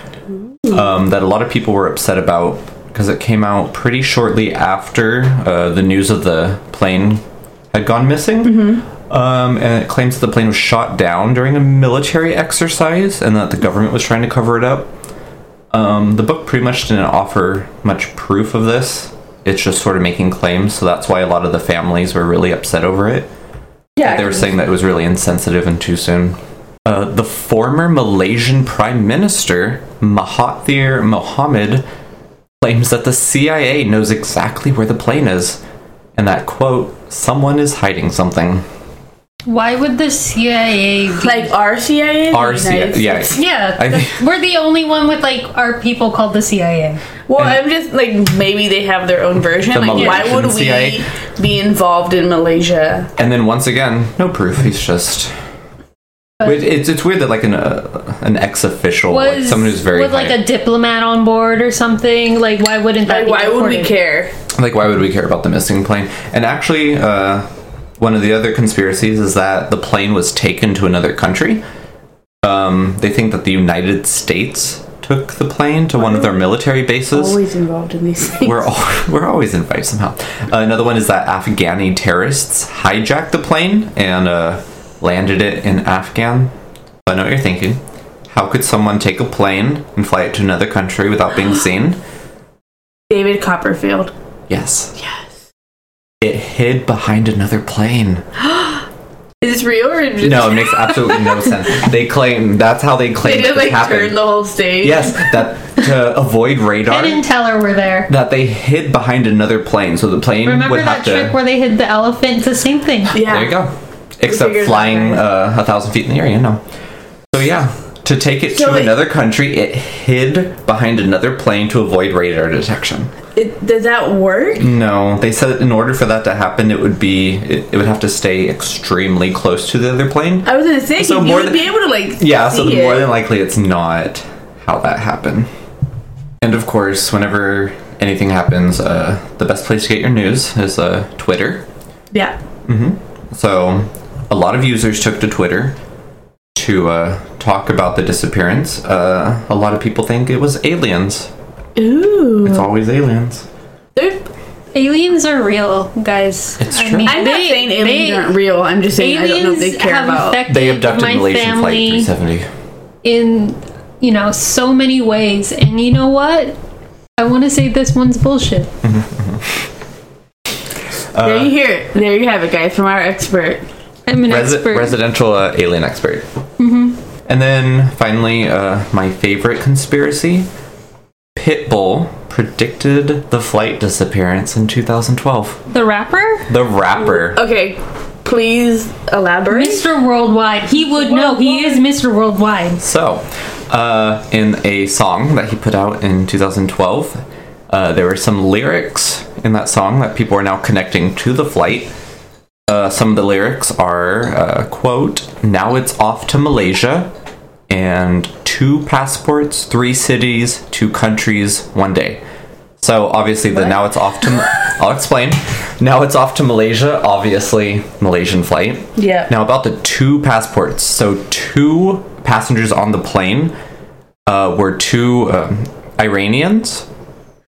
[SPEAKER 2] um, that a lot of people were upset about because it came out pretty shortly after uh, the news of the plane had gone missing. Um, and it claims that the plane was shot down during a military exercise and that the government was trying to cover it up. Um, the book pretty much didn't offer much proof of this. It's just sort of making claims, so that's why a lot of the families were really upset over it.
[SPEAKER 1] Yeah.
[SPEAKER 2] They were saying that it was really insensitive and too soon. Uh, the former Malaysian Prime Minister, Mahathir Mohamad, claims that the CIA knows exactly where the plane is, and that, quote, someone is hiding something.
[SPEAKER 4] Why would the CIA? Be-
[SPEAKER 1] like our CIA.
[SPEAKER 2] Our CIA, yeah.
[SPEAKER 4] yeah,
[SPEAKER 2] I
[SPEAKER 4] the-
[SPEAKER 2] think-
[SPEAKER 4] we're the only one with like our people called the CIA.
[SPEAKER 1] Well, I'm just like maybe they have their own version.
[SPEAKER 2] The
[SPEAKER 1] like, why
[SPEAKER 2] Malaysian
[SPEAKER 1] would we
[SPEAKER 2] CIA.
[SPEAKER 1] be involved in Malaysia?
[SPEAKER 2] And then once again, no proof. He's just. Wait, it's it's weird that like an uh, an ex official, like
[SPEAKER 4] Was
[SPEAKER 2] someone who's very
[SPEAKER 4] with like
[SPEAKER 2] high-
[SPEAKER 4] a diplomat on board or something. Like, why wouldn't that?
[SPEAKER 1] Like,
[SPEAKER 4] be
[SPEAKER 1] why would we
[SPEAKER 4] reported?
[SPEAKER 1] care?
[SPEAKER 2] like why would we care about the missing plane and actually uh, one of the other conspiracies is that the plane was taken to another country um, they think that the united states took the plane to one of their military bases
[SPEAKER 1] Always involved in these things.
[SPEAKER 2] we're, all, we're always in fights somehow uh, another one is that afghani terrorists hijacked the plane and uh, landed it in afghan i know what you're thinking how could someone take a plane and fly it to another country without being seen
[SPEAKER 1] David Copperfield.
[SPEAKER 2] Yes. Yes. It hid behind another plane.
[SPEAKER 5] Is this real or just
[SPEAKER 2] No, it makes absolutely no sense. They claim that's how they claim
[SPEAKER 5] they did
[SPEAKER 2] this
[SPEAKER 5] like turn
[SPEAKER 2] happened.
[SPEAKER 5] the whole stage?
[SPEAKER 2] yes, that to avoid
[SPEAKER 3] I
[SPEAKER 2] radar,
[SPEAKER 3] didn't tell her we're there.
[SPEAKER 2] that they hid behind another plane, so the plane
[SPEAKER 3] Remember
[SPEAKER 2] would have
[SPEAKER 3] that
[SPEAKER 2] to.
[SPEAKER 3] trick where they hid the elephant? It's the same thing.
[SPEAKER 1] Yeah.
[SPEAKER 2] There you go. Except
[SPEAKER 1] figured that
[SPEAKER 2] flying
[SPEAKER 1] out.
[SPEAKER 2] uh, a thousand feet in the air, you know. So yeah, to take it
[SPEAKER 1] So
[SPEAKER 2] to
[SPEAKER 1] it-
[SPEAKER 2] another country, it hid behind another plane to avoid radar detection.
[SPEAKER 1] It, does that work?
[SPEAKER 2] Mm. No, they said in order for that to happen, it would be it, it would have to stay extremely close to the other plane.
[SPEAKER 5] I was gonna say
[SPEAKER 2] So
[SPEAKER 5] you
[SPEAKER 2] more
[SPEAKER 5] would
[SPEAKER 2] than-
[SPEAKER 5] be able to like
[SPEAKER 2] Yeah, so
[SPEAKER 5] see
[SPEAKER 2] more
[SPEAKER 5] it.
[SPEAKER 2] than likely it's not how that happened. And of course, whenever anything happens, uh, the best place to get your news is uh, Twitter. Mm-hmm.
[SPEAKER 1] Yeah.
[SPEAKER 2] So, a lot of users took to Twitter to uh, talk about the disappearance. Uh, a lot of people think it was aliens.
[SPEAKER 1] Ooh.
[SPEAKER 2] It's always aliens.
[SPEAKER 1] They're-
[SPEAKER 4] Aliens are real, guys.
[SPEAKER 2] It's true.
[SPEAKER 1] I'm not
[SPEAKER 4] they-
[SPEAKER 1] saying aliens
[SPEAKER 4] they-
[SPEAKER 1] aren't real. I'm just saying I don't know if they
[SPEAKER 4] aliens
[SPEAKER 1] care
[SPEAKER 4] have
[SPEAKER 1] about.
[SPEAKER 4] affected
[SPEAKER 2] They abducted
[SPEAKER 4] my
[SPEAKER 2] Malaysian
[SPEAKER 4] family
[SPEAKER 2] Flight 370.
[SPEAKER 4] in you know so many ways, and you know what? I want to say this one's bullshit.
[SPEAKER 2] Uh,
[SPEAKER 5] there you hear it. There you have it, guys, from our expert.
[SPEAKER 4] I'm an
[SPEAKER 2] Resi-
[SPEAKER 4] expert.
[SPEAKER 2] residential uh, alien expert. Mm-hmm. And then finally, uh, my favorite conspiracy: Pitbull predicted the flight disappearance in 2012.
[SPEAKER 4] the rapper,
[SPEAKER 2] The rapper.
[SPEAKER 1] Oh, Okay, please elaborate.
[SPEAKER 4] Mr. Worldwide. He would know. He is Mr. Worldwide.
[SPEAKER 2] So, uh, in a song that he put out in 2012, uh, there were some lyrics in that song that people are now connecting to the flight. Uh, some of the lyrics are, uh, quote, now it's off to Malaysia and two passports, three cities, two countries, one day. So obviously, the now it's off to. I'll explain. Now it's off to Malaysia. Obviously, Malaysian flight.
[SPEAKER 1] Yeah.
[SPEAKER 2] Now about the two passports. So two passengers on the plane uh, were two um, Iranians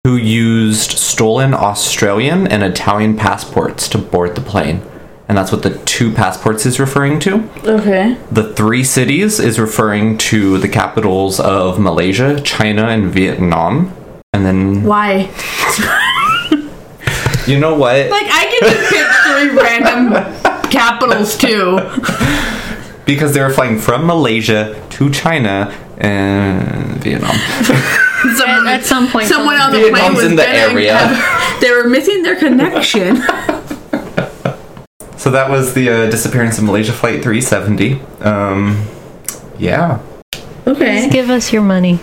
[SPEAKER 2] who used stolen Australian and Italian passports to board the plane, and that's what the two passports is referring to.
[SPEAKER 1] Okay.
[SPEAKER 2] The three cities is referring to the capitals of Malaysia, China, and Vietnam. And then
[SPEAKER 1] Why?
[SPEAKER 2] you know what?
[SPEAKER 5] Like I can just pick three random capitals too.
[SPEAKER 2] Because they were flying from Malaysia to China and Vietnam.
[SPEAKER 5] Someone,
[SPEAKER 3] At some point,
[SPEAKER 5] someone on the plane
[SPEAKER 2] Vietnam's
[SPEAKER 5] was
[SPEAKER 2] in the
[SPEAKER 5] gonna
[SPEAKER 2] area.
[SPEAKER 5] have- they were missing their connection.
[SPEAKER 2] So that was the uh, disappearance of Malaysia Flight 370. Um, yeah.
[SPEAKER 1] Okay.
[SPEAKER 4] Give us your money.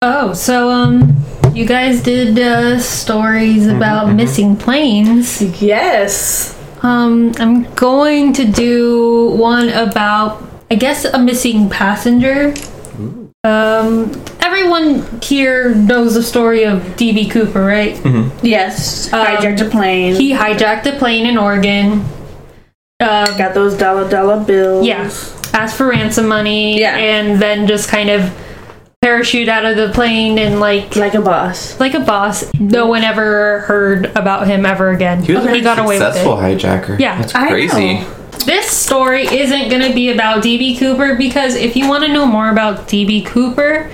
[SPEAKER 4] Oh, so um, you guys did uh, stories about missing planes.
[SPEAKER 1] Mm-hmm, Yes.
[SPEAKER 4] Um, I'm going to do one about, I guess, a missing passenger. Um, everyone here knows the story of DB Cooper, right?
[SPEAKER 1] Mm-hmm. Yes.
[SPEAKER 4] Um,
[SPEAKER 1] Hijacked a plane.
[SPEAKER 4] He hijacked a plane in Oregon. Uh,
[SPEAKER 1] got those dollar dollar bills.
[SPEAKER 4] yeah, asked for ransom money,
[SPEAKER 1] Yeah.
[SPEAKER 4] and then just kind of parachute out of the plane and like
[SPEAKER 1] Like a boss.
[SPEAKER 4] like a boss. No one ever heard about him ever again.
[SPEAKER 2] He was a very
[SPEAKER 4] got away with it.
[SPEAKER 2] successful hijacker.
[SPEAKER 4] Yeah,
[SPEAKER 2] That's
[SPEAKER 1] I
[SPEAKER 2] crazy.
[SPEAKER 1] know.
[SPEAKER 4] This story isn't going to be about DB Cooper because if you want to know more about DB Cooper,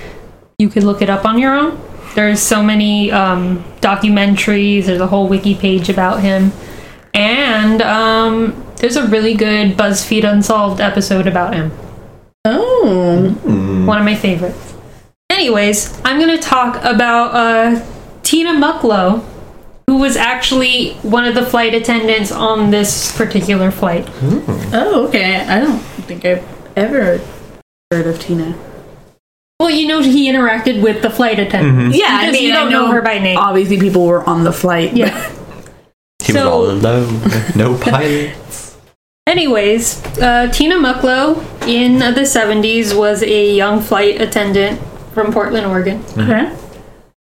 [SPEAKER 4] you could look it up on your own. There's so many um, documentaries, there's a whole wiki page about him. And um, there's a really good BuzzFeed Unsolved episode about him.
[SPEAKER 1] Oh.
[SPEAKER 4] One of my favorites. Anyways, I'm going to talk about uh, Tina Mucklow, who was actually one of the flight attendants on this particular flight.
[SPEAKER 1] Oh, okay. I don't think I've ever heard of Tina.
[SPEAKER 4] Well, you know, he interacted with the flight attendants.
[SPEAKER 1] Yeah,
[SPEAKER 4] Because you don't know her by name.
[SPEAKER 1] Obviously, people were on the flight.
[SPEAKER 4] Yeah.
[SPEAKER 2] He was
[SPEAKER 4] So-
[SPEAKER 2] all alone. No pilot. Mm-hmm.
[SPEAKER 4] Anyways, uh, Tina Mucklow in the 70s was a young flight attendant from Portland, Oregon.
[SPEAKER 2] Mm-hmm.
[SPEAKER 1] Okay.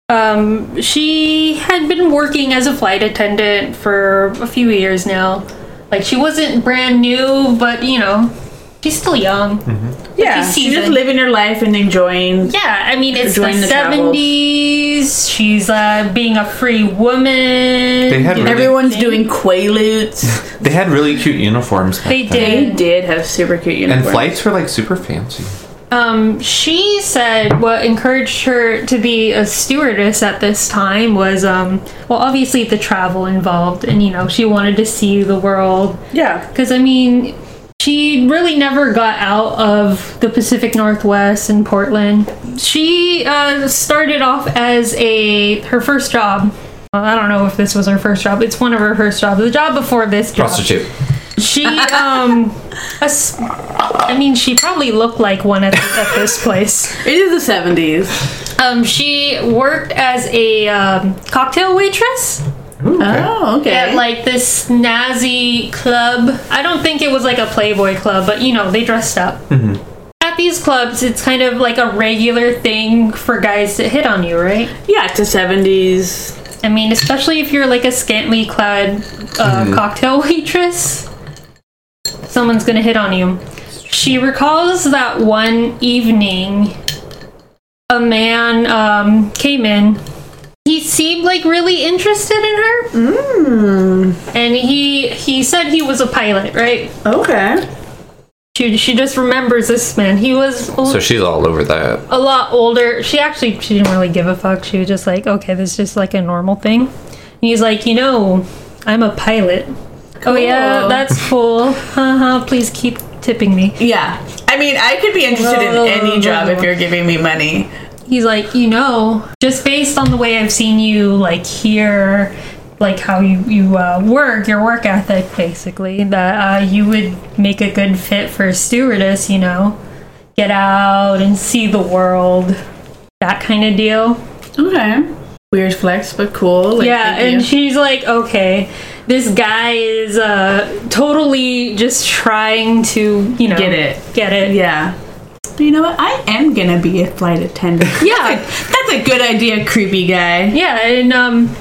[SPEAKER 4] Um, she had been working as a flight attendant for a few years now. Like, she wasn't brand new, but you know, she's still young.
[SPEAKER 2] Mm-hmm.
[SPEAKER 1] Yeah.
[SPEAKER 4] She's
[SPEAKER 1] She's just
[SPEAKER 4] seasoned.
[SPEAKER 1] living her life and enjoying.
[SPEAKER 4] Yeah, I mean, it's the,
[SPEAKER 1] Enjoying the travels.
[SPEAKER 4] 70s. She's uh, being a free woman.
[SPEAKER 2] They had really,
[SPEAKER 1] Everyone's doing quaaludes.
[SPEAKER 2] they had really cute uniforms. back
[SPEAKER 4] They
[SPEAKER 2] then.
[SPEAKER 4] did.
[SPEAKER 1] they did have super cute
[SPEAKER 2] And
[SPEAKER 1] uniforms.
[SPEAKER 2] flights were like super fancy.
[SPEAKER 4] Um, she said what encouraged her to be a stewardess at this time was, um, well, obviously the travel involved, and you know, she wanted to see the world.
[SPEAKER 1] Yeah.
[SPEAKER 4] Because, I mean, she really never got out of the Pacific Northwest and Portland. She uh, started off as a her first job. Well, I don't know if this was her first job. It's one of her first jobs. The job before this job.
[SPEAKER 2] Prostitute.
[SPEAKER 4] She um, as- I mean, she probably looked like one at, at this place.
[SPEAKER 1] It is the 70s.
[SPEAKER 4] Um, she worked as a um, cocktail waitress
[SPEAKER 1] Oh, okay.
[SPEAKER 4] at like this snazzy club. I don't think it was like a Playboy club, but you know, they dressed up. At these clubs, it's kind of like a regular thing for guys to hit on you, right?
[SPEAKER 1] yeah, it's the 70s.
[SPEAKER 4] I mean, especially if you're like a scantily clad uh, cocktail waitress, someone's gonna hit on you. She recalls that one evening, a man um, came in. He seemed like really interested in her, mm. and he he said he was a pilot, right?
[SPEAKER 1] Okay.
[SPEAKER 4] She she just remembers this man. He was
[SPEAKER 2] So she's all over that.
[SPEAKER 4] a lot older. She actually she didn't really give a fuck. She was just like, okay, this is just like a normal thing. And he's like, you know, I'm a pilot. Oh yeah, that's cool. Haha, Please keep tipping me.
[SPEAKER 5] Yeah. I mean, I could be interested
[SPEAKER 4] Whoa.
[SPEAKER 5] in any job if you're giving me money.
[SPEAKER 4] He's like, you know, just based on the way I've seen you, like here, like how you you uh, work, your work ethic, basically, that uh, you would make a good fit for a stewardess. You know, get out and see the world, that kind of deal.
[SPEAKER 1] Okay. Weird flex, but cool. Like,
[SPEAKER 4] yeah
[SPEAKER 1] thank
[SPEAKER 4] and
[SPEAKER 1] you.
[SPEAKER 4] she's like okay this guy is uh totally just trying to you know
[SPEAKER 1] Get it.
[SPEAKER 4] get it
[SPEAKER 1] yeah. But you know what? I am gonna be a flight attendant.
[SPEAKER 4] Yeah.
[SPEAKER 1] That's a, that's a good idea, creepy guy.
[SPEAKER 4] yeah and um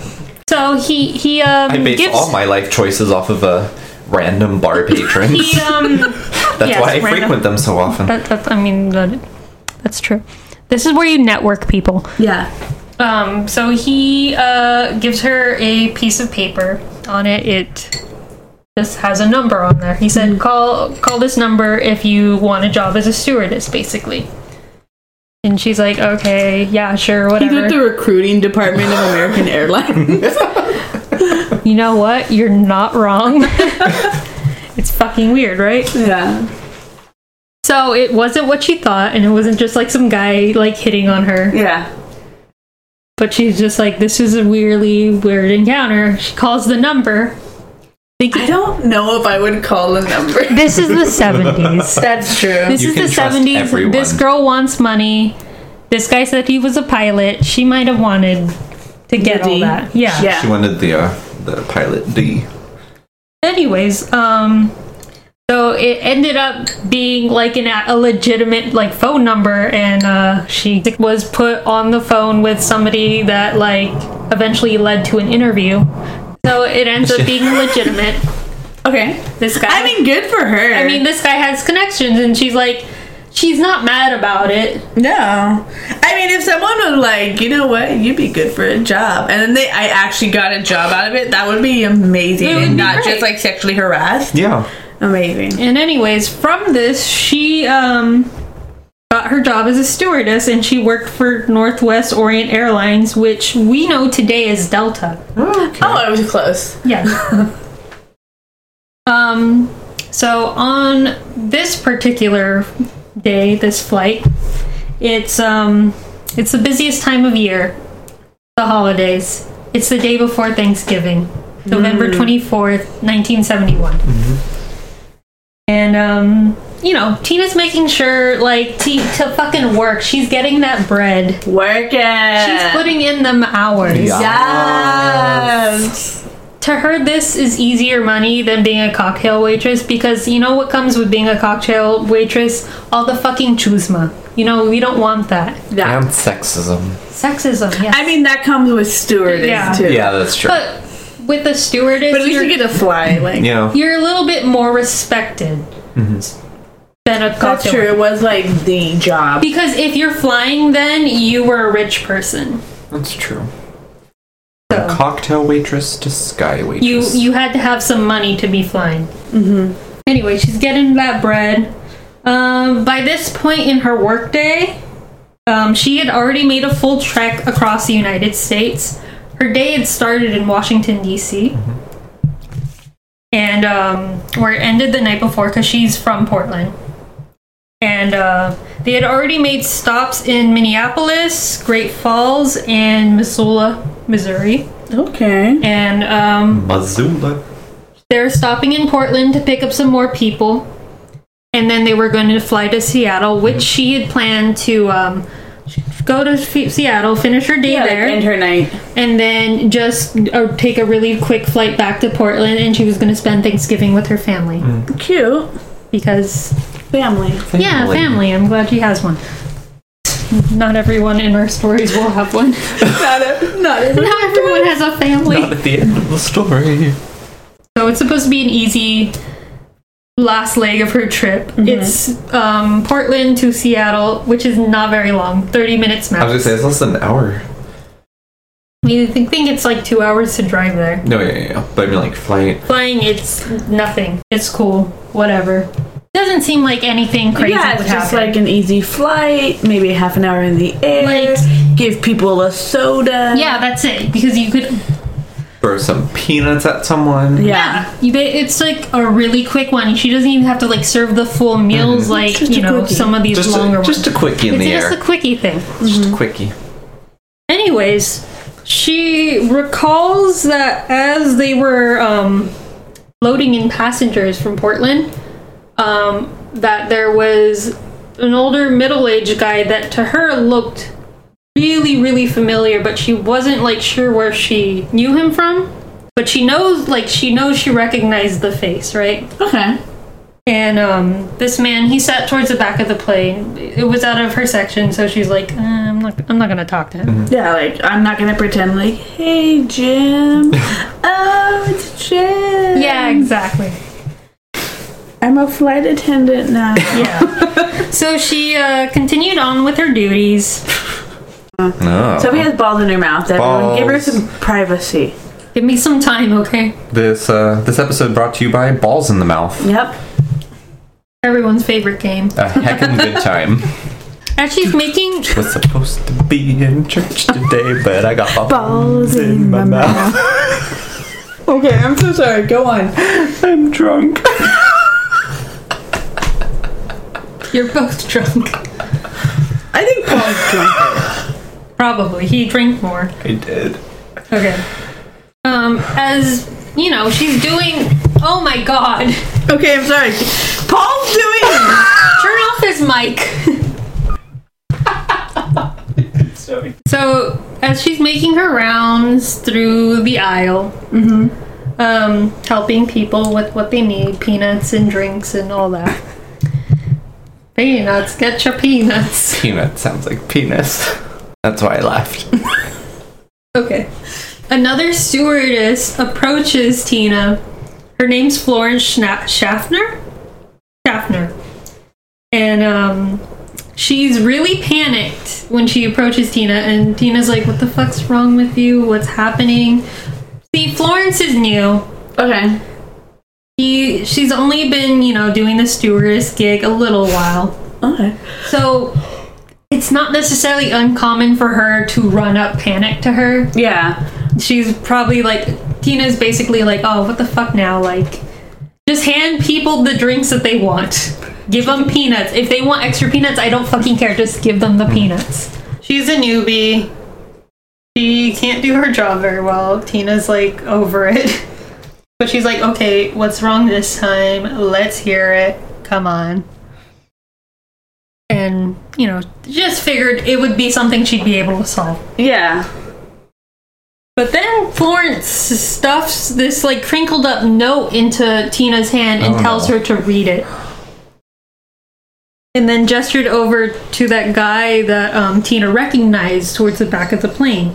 [SPEAKER 4] so he he um
[SPEAKER 2] I base
[SPEAKER 4] gives
[SPEAKER 2] all my life choices off of a random bar patron.
[SPEAKER 4] he um
[SPEAKER 2] That's
[SPEAKER 4] yes,
[SPEAKER 2] why I
[SPEAKER 4] random.
[SPEAKER 2] frequent them so often.
[SPEAKER 4] that, that, i mean that, that's true this is where you network people
[SPEAKER 1] Yeah.
[SPEAKER 4] Um, so he uh, gives her a piece of paper. On it, it just has a number on there. He said, "Call call this number if you want a job as a stewardess, basically." And she's like, "Okay, yeah, sure,
[SPEAKER 1] He's
[SPEAKER 4] whatever."
[SPEAKER 1] with the recruiting department of American Airlines.
[SPEAKER 4] you know what? You're not wrong. it's fucking weird, right?
[SPEAKER 1] yeah.
[SPEAKER 4] So it wasn't what she thought, and it wasn't just like some guy like hitting on her.
[SPEAKER 1] Yeah.
[SPEAKER 4] But she's just like, "This is a weirdly weird encounter." She calls the number.
[SPEAKER 5] I don't know if I would call a number.
[SPEAKER 4] This is the seventies.
[SPEAKER 1] That's true.
[SPEAKER 4] This
[SPEAKER 2] You
[SPEAKER 4] is
[SPEAKER 2] can
[SPEAKER 4] the
[SPEAKER 2] trust
[SPEAKER 4] 70s.
[SPEAKER 2] everyone.
[SPEAKER 4] This girl wants money. This guy said he was a pilot. She might have wanted to get all
[SPEAKER 1] D.
[SPEAKER 4] that. Yeah.
[SPEAKER 2] She wanted the uh, the pilot D.
[SPEAKER 4] Anyways, um so it ended up being like an, a legitimate like phone number and uh she was put on the phone with somebody that like eventually led to an interview. So it ends up being legitimate.
[SPEAKER 1] Okay.
[SPEAKER 4] This guy
[SPEAKER 1] I mean, good for her.
[SPEAKER 4] I mean this guy has connections and she's like she's not mad about it.
[SPEAKER 1] No. I mean, if someone was like, you know what, you'd be good for a job, and then they, I actually got a job out of it, that would be amazing.
[SPEAKER 4] It would
[SPEAKER 1] and
[SPEAKER 4] be
[SPEAKER 1] not
[SPEAKER 4] great.
[SPEAKER 1] just like sexually harassed.
[SPEAKER 2] Yeah.
[SPEAKER 1] Amazing.
[SPEAKER 4] And anyways, from this, she um got her job as a stewardess and she worked for Northwest Orient Airlines, which we know today as Delta.
[SPEAKER 1] Oh, I was close.
[SPEAKER 4] Yeah. um so on this particular day, this flight, it's um it's the busiest time of year. The holidays. It's the day before Thanksgiving. November 24th, 1971. And um you know, Tina's making sure like t- to fucking work. She's getting that bread.
[SPEAKER 1] Work
[SPEAKER 4] She's
[SPEAKER 1] it.
[SPEAKER 4] putting in them hours. To her, this is easier money than being a cocktail waitress because you know what comes with being a cocktail waitress? All the fucking chusma. You know, we don't want that.
[SPEAKER 2] And sexism.
[SPEAKER 4] Sexism, yes.
[SPEAKER 1] I mean, that comes with stewardess
[SPEAKER 4] Yeah.
[SPEAKER 1] too.
[SPEAKER 2] Yeah, that's true.
[SPEAKER 4] but with the stewardess,
[SPEAKER 1] But at least
[SPEAKER 4] you're,
[SPEAKER 1] you get to fly. Like
[SPEAKER 2] yeah.
[SPEAKER 4] you're a little bit more respected than a cocktail
[SPEAKER 1] that's true.
[SPEAKER 4] waitress.
[SPEAKER 1] It was like the job.
[SPEAKER 4] Because if you're flying, then you were a rich person.
[SPEAKER 2] That's true.
[SPEAKER 4] So.
[SPEAKER 2] Cocktail waitress to sky
[SPEAKER 4] You
[SPEAKER 2] waitress.
[SPEAKER 4] you had to have some money to be flying. Mm-hmm. Anyway, she's getting that bread. Um, by this point in her workday, um, she had already made a full trek across the United States. Her day had started in Washington D.C. and um, where it ended the night before because she's from Portland. And uh, they had already made stops in Minneapolis, Great Falls, and Missoula, Missouri.
[SPEAKER 1] Okay.
[SPEAKER 4] And um,
[SPEAKER 2] Missoula.
[SPEAKER 4] they're stopping in Portland to pick up some more people, and then they were going to fly to Seattle, which she had planned to um, go to F- Seattle, finish her day
[SPEAKER 1] Yeah, like,
[SPEAKER 4] there,
[SPEAKER 1] end her night.
[SPEAKER 4] and then just uh, take a really quick flight back to Portland. And she was going to spend Thanksgiving with her family
[SPEAKER 1] Cute.
[SPEAKER 4] because
[SPEAKER 1] Family.
[SPEAKER 4] yeah, family. I'm glad she has one. Not everyone in our stories will have one.
[SPEAKER 1] Not a, not a,
[SPEAKER 4] Not everyone has a family.
[SPEAKER 2] Not at the end of the story.
[SPEAKER 4] So it's supposed to be an easy last leg of her trip.
[SPEAKER 1] Mm-hmm.
[SPEAKER 4] It's um, Portland to Seattle, which is not very long, 30
[SPEAKER 2] I was
[SPEAKER 4] minutes max.
[SPEAKER 2] gonna say it's less than an hour.
[SPEAKER 4] You think, think it's like two hours to drive there.
[SPEAKER 2] No, yeah, yeah, yeah. But I mean, like flight.
[SPEAKER 4] Flying, it's nothing. It's cool. Whatever. Doesn't seem like anything crazy
[SPEAKER 1] yeah,
[SPEAKER 4] would
[SPEAKER 1] it's just
[SPEAKER 4] happen.
[SPEAKER 1] like an easy flight, maybe half an hour in the air.
[SPEAKER 4] Like-
[SPEAKER 1] give people a soda.
[SPEAKER 4] yeah, that's it. Because you could.
[SPEAKER 2] Throw some peanuts at someone.
[SPEAKER 1] Yeah.
[SPEAKER 4] You, ba- it's like a really quick one. She doesn't even have to like serve the full meals like,
[SPEAKER 1] Just
[SPEAKER 4] you
[SPEAKER 1] a
[SPEAKER 4] know,
[SPEAKER 1] quickie.
[SPEAKER 4] some of these
[SPEAKER 2] Mm-hmm. Just
[SPEAKER 4] longer
[SPEAKER 2] a, just
[SPEAKER 4] ones.
[SPEAKER 2] a mm-hmm. quickie in
[SPEAKER 4] it's
[SPEAKER 2] the
[SPEAKER 4] just
[SPEAKER 2] air.
[SPEAKER 4] a quickie thing.
[SPEAKER 2] Just a quickie.
[SPEAKER 4] Anyways, she recalls that as they were um, loading in passengers from Portland, um, that there was an older middle-aged guy that to her looked really, really familiar, but she wasn't like sure where she knew him from. But she knows, like, she knows she recognized the face, right?
[SPEAKER 1] Okay.
[SPEAKER 4] And um, this man, he sat towards the back of the plane. It was out of her section, so she's like, uh, I'm not, I'm not gonna talk to him.
[SPEAKER 1] Yeah, like I'm not gonna pretend like, hey Jim. oh, it's Jim.
[SPEAKER 4] Yeah, exactly.
[SPEAKER 1] I'm a flight attendant now.
[SPEAKER 4] Yeah. so she uh, continued on with her duties.
[SPEAKER 2] No.
[SPEAKER 1] Sophie has balls in her mouth. Everyone, give her
[SPEAKER 2] Balls.
[SPEAKER 1] some privacy.
[SPEAKER 4] Give me some time, okay?
[SPEAKER 2] this uh, this episode brought to you by Balls in the Mouth.
[SPEAKER 1] Yep.
[SPEAKER 4] Everyone's favorite game.
[SPEAKER 2] A heckin' good time.
[SPEAKER 4] As she's making
[SPEAKER 2] Was supposed to be in church today, but I got balls,
[SPEAKER 1] Balls in my mouth. Okay, I'm so sorry. Go on.
[SPEAKER 2] I'm drunk.
[SPEAKER 4] you're both drunk.
[SPEAKER 1] I think Paul's drunk.
[SPEAKER 4] Probably. He drank more.
[SPEAKER 2] I did.
[SPEAKER 4] Okay. Um, as you know, she's doing oh my god.
[SPEAKER 1] okay, I'm sorry. Paul's doing.
[SPEAKER 4] Turn off his mic. So as she's making her rounds through the aisle, um, helping people with what they need, peanuts and drinks and all that. peanuts, get your peanuts.
[SPEAKER 2] Peanut sounds like penis. That's why I laughed.
[SPEAKER 4] Okay. Another stewardess approaches Tina. Her name's Florence Schna- Schaffner. Schaffner. And um, she's really panicked when she approaches Tina, and Tina's like, What the fuck's wrong with you? What's happening? See, Florence is new.
[SPEAKER 1] Okay.
[SPEAKER 4] She, she's only been, you know, doing the stewardess gig a little while.
[SPEAKER 1] Okay.
[SPEAKER 4] So it's not necessarily uncommon for her to run up panic to her
[SPEAKER 1] Yeah.
[SPEAKER 4] she's probably like Tina's basically like, oh, what the fuck now? Like, just hand people the drinks that they want. Give them peanuts. If they want extra peanuts, I don't fucking care. Just give them the peanuts. She's a newbie. She can't do her job very well. Tina's like over it. But she's like, okay, what's wrong this time? Let's hear it. Come on. And, you know, just figured it would be something she'd be able to solve.
[SPEAKER 1] Yeah.
[SPEAKER 4] But then Florence stuffs this like crinkled up note into Tina's hand and
[SPEAKER 2] Oh,
[SPEAKER 4] tells
[SPEAKER 2] no.
[SPEAKER 4] her to read it. And then gestured over to that guy that um, Tina recognized towards the back of the plane.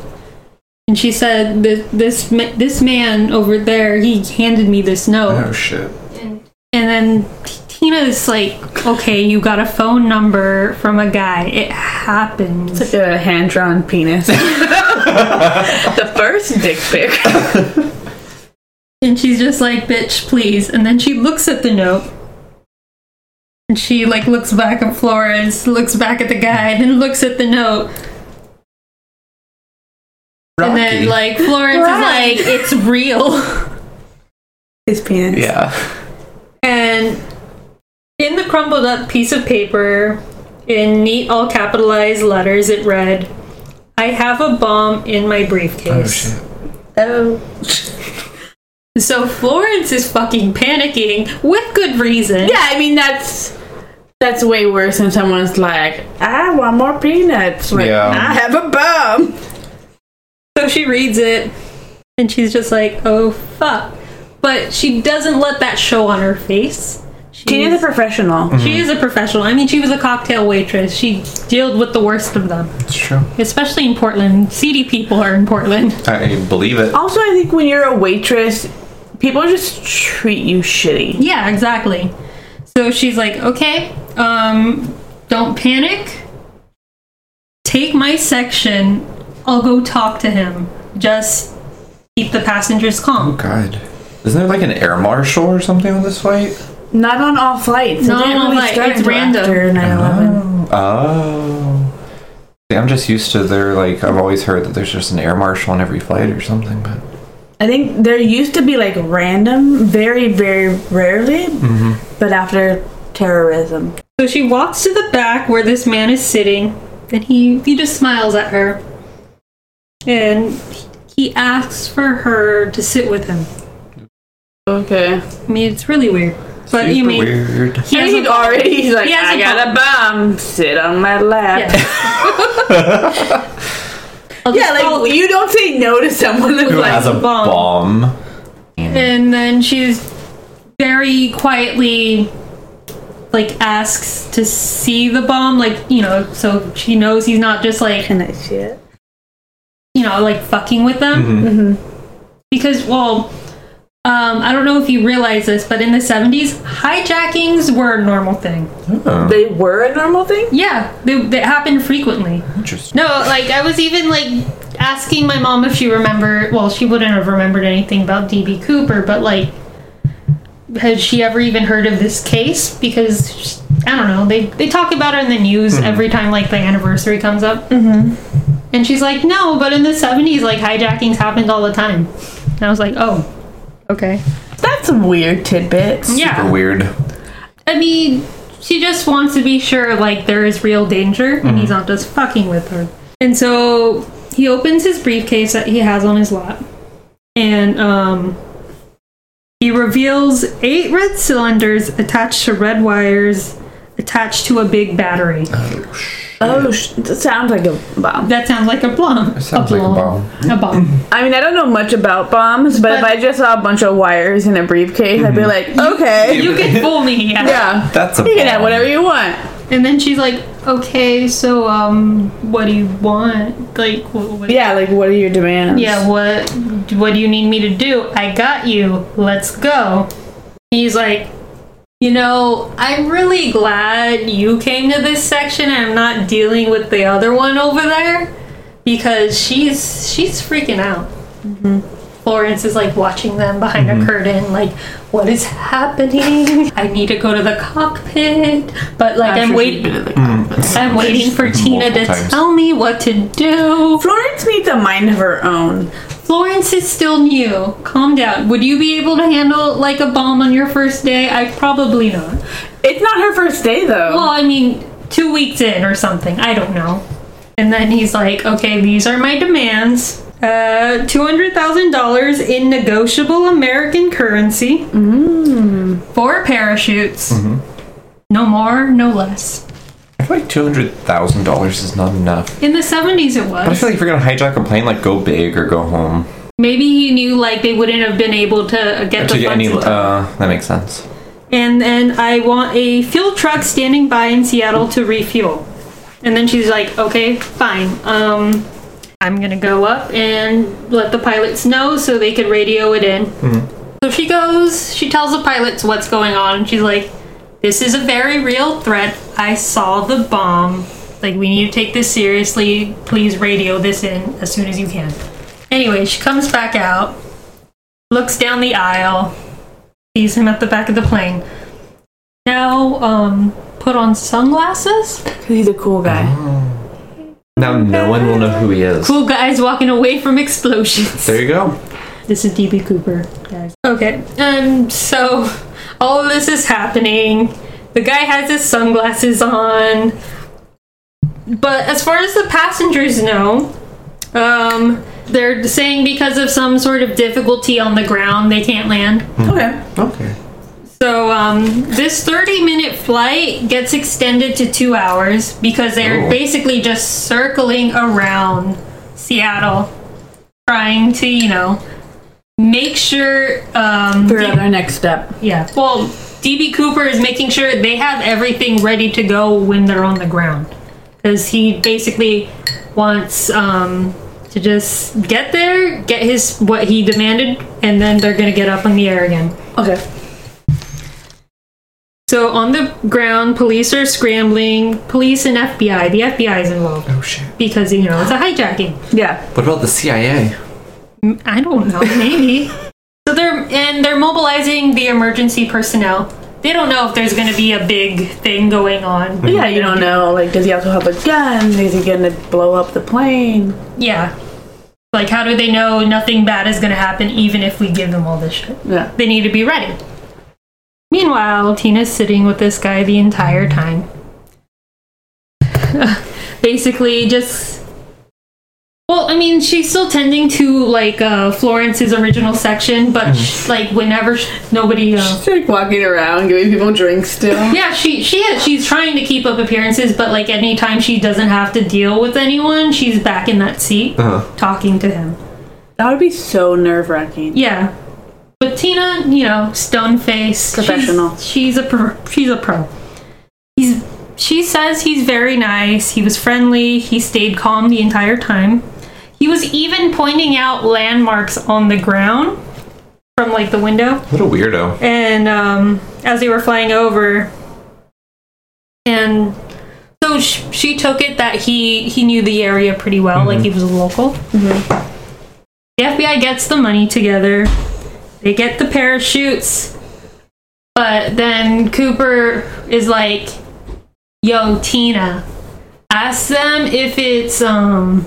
[SPEAKER 4] And she said, "Th- "This ma- this man over there, he handed me this note."
[SPEAKER 2] Oh shit.
[SPEAKER 4] And then T- Tina's like, "Okay, you got a phone number from a guy. It happens."
[SPEAKER 1] It's like a hand drawn penis. the first dick pic.
[SPEAKER 4] And she's just like, bitch, please. And then she looks at the note. And she like looks back at Florence, looks back at the guy, and then looks at the note.
[SPEAKER 2] Rocky.
[SPEAKER 4] And then like Florence is like, it's real.
[SPEAKER 1] his penis.
[SPEAKER 2] Yeah.
[SPEAKER 4] And in the crumbled up piece of paper, in neat all capitalized letters, it read, I have a bomb in my briefcase.
[SPEAKER 1] Oh.
[SPEAKER 4] so Florence is fucking panicking with good reason.
[SPEAKER 1] Yeah, I mean that's that's way worse than someone's like, I want more peanuts. Like,
[SPEAKER 2] Yeah.
[SPEAKER 1] I have a bum.
[SPEAKER 4] So she reads it and she's just like, oh fuck. But she doesn't let that show on her face.
[SPEAKER 1] Tina's a professional.
[SPEAKER 4] She is a professional. I mean, she was a cocktail waitress. She dealt with the worst of them,
[SPEAKER 2] It's true.
[SPEAKER 4] especially in Portland. Seedy people are in Portland.
[SPEAKER 2] I believe it.
[SPEAKER 1] Also, I think when you're a waitress, people just treat you shitty.
[SPEAKER 4] Yeah, exactly. So she's like, okay, um, don't panic. Take my section. I'll go talk to him. Just keep the passengers calm.
[SPEAKER 2] Oh, God. Isn't there like an air marshal or something on this flight?
[SPEAKER 1] Not on all flights.
[SPEAKER 4] Not on all flights. It's random.
[SPEAKER 1] After 9/11.
[SPEAKER 2] Oh. See, I'm just used to their like I've always heard that there's just an air marshal on every flight or something, but
[SPEAKER 1] I think there used to be like random, very, very rarely, but after terrorism.
[SPEAKER 4] So she walks to the back where this man is sitting, and he he just smiles at her, and he asks for her to sit with him.
[SPEAKER 1] Okay.
[SPEAKER 4] I mean, it's really weird, but you
[SPEAKER 2] super
[SPEAKER 4] mean
[SPEAKER 2] weird.
[SPEAKER 4] he
[SPEAKER 1] And
[SPEAKER 4] has
[SPEAKER 1] he's
[SPEAKER 4] a-
[SPEAKER 1] already he's like,
[SPEAKER 4] He
[SPEAKER 1] I
[SPEAKER 4] has a
[SPEAKER 1] got a bum. Sit on my lap.
[SPEAKER 4] Yeah. I'll just
[SPEAKER 1] Yeah, like
[SPEAKER 4] call-
[SPEAKER 1] you don't say no to someone that's
[SPEAKER 2] Who
[SPEAKER 1] like,
[SPEAKER 2] has a
[SPEAKER 4] bomb.
[SPEAKER 2] bomb?
[SPEAKER 4] and then she's very quietly like asks to see the bomb like you know so she knows he's not just like
[SPEAKER 1] can I see it?
[SPEAKER 4] you know like fucking with them
[SPEAKER 1] Mm-hmm.
[SPEAKER 4] because well um, i don't know if you realize this but in the 70s hijackings were a normal thing
[SPEAKER 2] Oh,
[SPEAKER 1] They were a normal thing.
[SPEAKER 4] yeah they, they happened frequently
[SPEAKER 2] interesting.
[SPEAKER 3] No, like I was even like asking my mom if she remembered. Well, she wouldn't have remembered anything about DB Cooper, but like, had she ever even heard of this case? Because sh I don't know. They they talk about it in the news every time like the anniversary comes up. Mm-hmm. And she's like, no, but in the seventies, like hijackings happened all the time. And I was like, oh, okay,
[SPEAKER 1] That's some weird tidbits.
[SPEAKER 4] yeah
[SPEAKER 2] Super weird.
[SPEAKER 4] I mean, she just wants to be sure, like, there is real danger and he's not just fucking with her. And so he opens his briefcase that he has on his lap and, um, he reveals eight red cylinders attached to red wires attached to a big battery.
[SPEAKER 1] Oh, sh- that sounds like a bomb.
[SPEAKER 4] That sounds like a bomb.
[SPEAKER 2] sounds like a bomb.
[SPEAKER 4] A bomb.
[SPEAKER 1] I mean, I don't know much about bombs, but, if I just saw a bunch of wires in a briefcase, I'd be
[SPEAKER 2] Mm-hmm.
[SPEAKER 1] like, okay,
[SPEAKER 4] you can fool me. Yeah.
[SPEAKER 1] yeah,
[SPEAKER 2] That's a
[SPEAKER 1] you can have
[SPEAKER 2] bomb.
[SPEAKER 1] whatever you want.
[SPEAKER 3] and then she's like, okay, so um, what do you want? Like, what, what
[SPEAKER 1] Yeah, like what are your demands?
[SPEAKER 3] Yeah, what what do you need me to do? I got you. Let's go.
[SPEAKER 4] He's like, you know, I'm really glad you came to this section. and I'm not dealing with the other one over there because she's she's freaking out. Florence is like watching them behind
[SPEAKER 2] Mm-hmm.
[SPEAKER 4] a curtain, like, what is happening? I need to go to the cockpit, but like I'm, waiting. I'm waiting for Tina to
[SPEAKER 2] Multiple times.
[SPEAKER 4] tell me what to do.
[SPEAKER 1] Florence needs a mind of her own.
[SPEAKER 4] Florence is still new. Calm down. Would you be able to handle like a bomb on your first day? I probably not.
[SPEAKER 1] It's not her first day though.
[SPEAKER 4] Well, I mean, two weeks in or something. I don't know. And then he's like, okay, these are my demands. Uh, $200,000 in negotiable American currency. Mm. Four parachutes.
[SPEAKER 2] Mm-hmm.
[SPEAKER 4] No more, no less.
[SPEAKER 2] I feel like two hundred thousand dollars is not enough.
[SPEAKER 4] In the 70s, it was.
[SPEAKER 2] But I feel like if you're gonna hijack a plane, like go big or go home.
[SPEAKER 4] Maybe he knew, like, they wouldn't have been able to uh, get
[SPEAKER 2] to
[SPEAKER 4] the
[SPEAKER 2] get any,
[SPEAKER 4] funds in time.
[SPEAKER 2] uh, that makes sense.
[SPEAKER 4] and then I want a fuel truck standing by in Seattle to refuel. And then she's like, okay, fine. Um, I'm gonna go up and let the pilots know so they could radio it in. So she goes, she tells the pilots what's going on, and she's like, this is a very real threat. I saw the bomb. Like, we need to take this seriously. Please radio this in as soon as you can. Anyway, she comes back out, looks down the aisle, sees him at the back of the plane. Now, um, put on sunglasses.
[SPEAKER 1] 'Cause he's a cool guy.
[SPEAKER 2] Now no one will know who he is.
[SPEAKER 4] Cool guys walking away from explosions.
[SPEAKER 2] There you go.
[SPEAKER 4] This is DB Cooper, guys. Okay, um, so all of this is happening. The guy has his sunglasses on. But as far as the passengers know, um, they're saying because of some sort of difficulty on the ground, they can't land.
[SPEAKER 1] Okay.
[SPEAKER 2] Hmm. Okay.
[SPEAKER 4] So um, this 30 minute flight gets extended to two hours because they're
[SPEAKER 2] Oh.
[SPEAKER 4] basically just circling around Seattle, trying to you know make sure. Um,
[SPEAKER 1] We're on our next step.
[SPEAKER 4] yeah. Well, DB Cooper is making sure they have everything ready to go when they're on the ground because he basically wants um, to just get there, get his what he demanded, and then they're gonna get up in the air again.
[SPEAKER 1] Okay.
[SPEAKER 4] So on the ground, police are scrambling. Police and FBI. The FBI is involved
[SPEAKER 2] Oh shit.
[SPEAKER 4] because you know it's a hijacking.
[SPEAKER 1] Yeah.
[SPEAKER 2] What about the CIA?
[SPEAKER 4] I don't know, maybe. so they're and they're mobilizing the emergency personnel. They don't know if there's going to be a big thing going on.
[SPEAKER 1] Yeah, you don't know. Like, does he also have a gun? Is he gonna blow up the plane?
[SPEAKER 4] Yeah. Like, how do they know nothing bad is going to happen even if we give them all this shit?
[SPEAKER 1] Yeah.
[SPEAKER 4] They need to be ready. Meanwhile, Tina's sitting with this guy the entire time. Basically, just. Well, I mean, she's still tending to, like, uh, Florence's original section, but, sh- like, whenever sh- nobody. Uh,
[SPEAKER 5] She's like walking around giving people drinks still.
[SPEAKER 4] yeah, she she is. She's trying to keep up appearances, but like anytime she doesn't have to deal with anyone, she's back in that seat
[SPEAKER 2] Uh-huh.
[SPEAKER 4] talking to him.
[SPEAKER 1] That would be so nerve wracking.
[SPEAKER 4] Yeah, but Tina, you know, stone face, she's-
[SPEAKER 1] Professional.
[SPEAKER 4] She's, a pro, she's a pro. He's she says he's very nice. He was friendly. He stayed calm the entire time. He was even pointing out landmarks on the ground from like the window
[SPEAKER 2] What a weirdo.
[SPEAKER 4] and um, as they were flying over, and so sh- she took it that he he knew the area pretty well, like he was a local. The FBI gets the money together. They get the parachutes, but then Cooper is like, "Yo, Tina, ask them if it's um."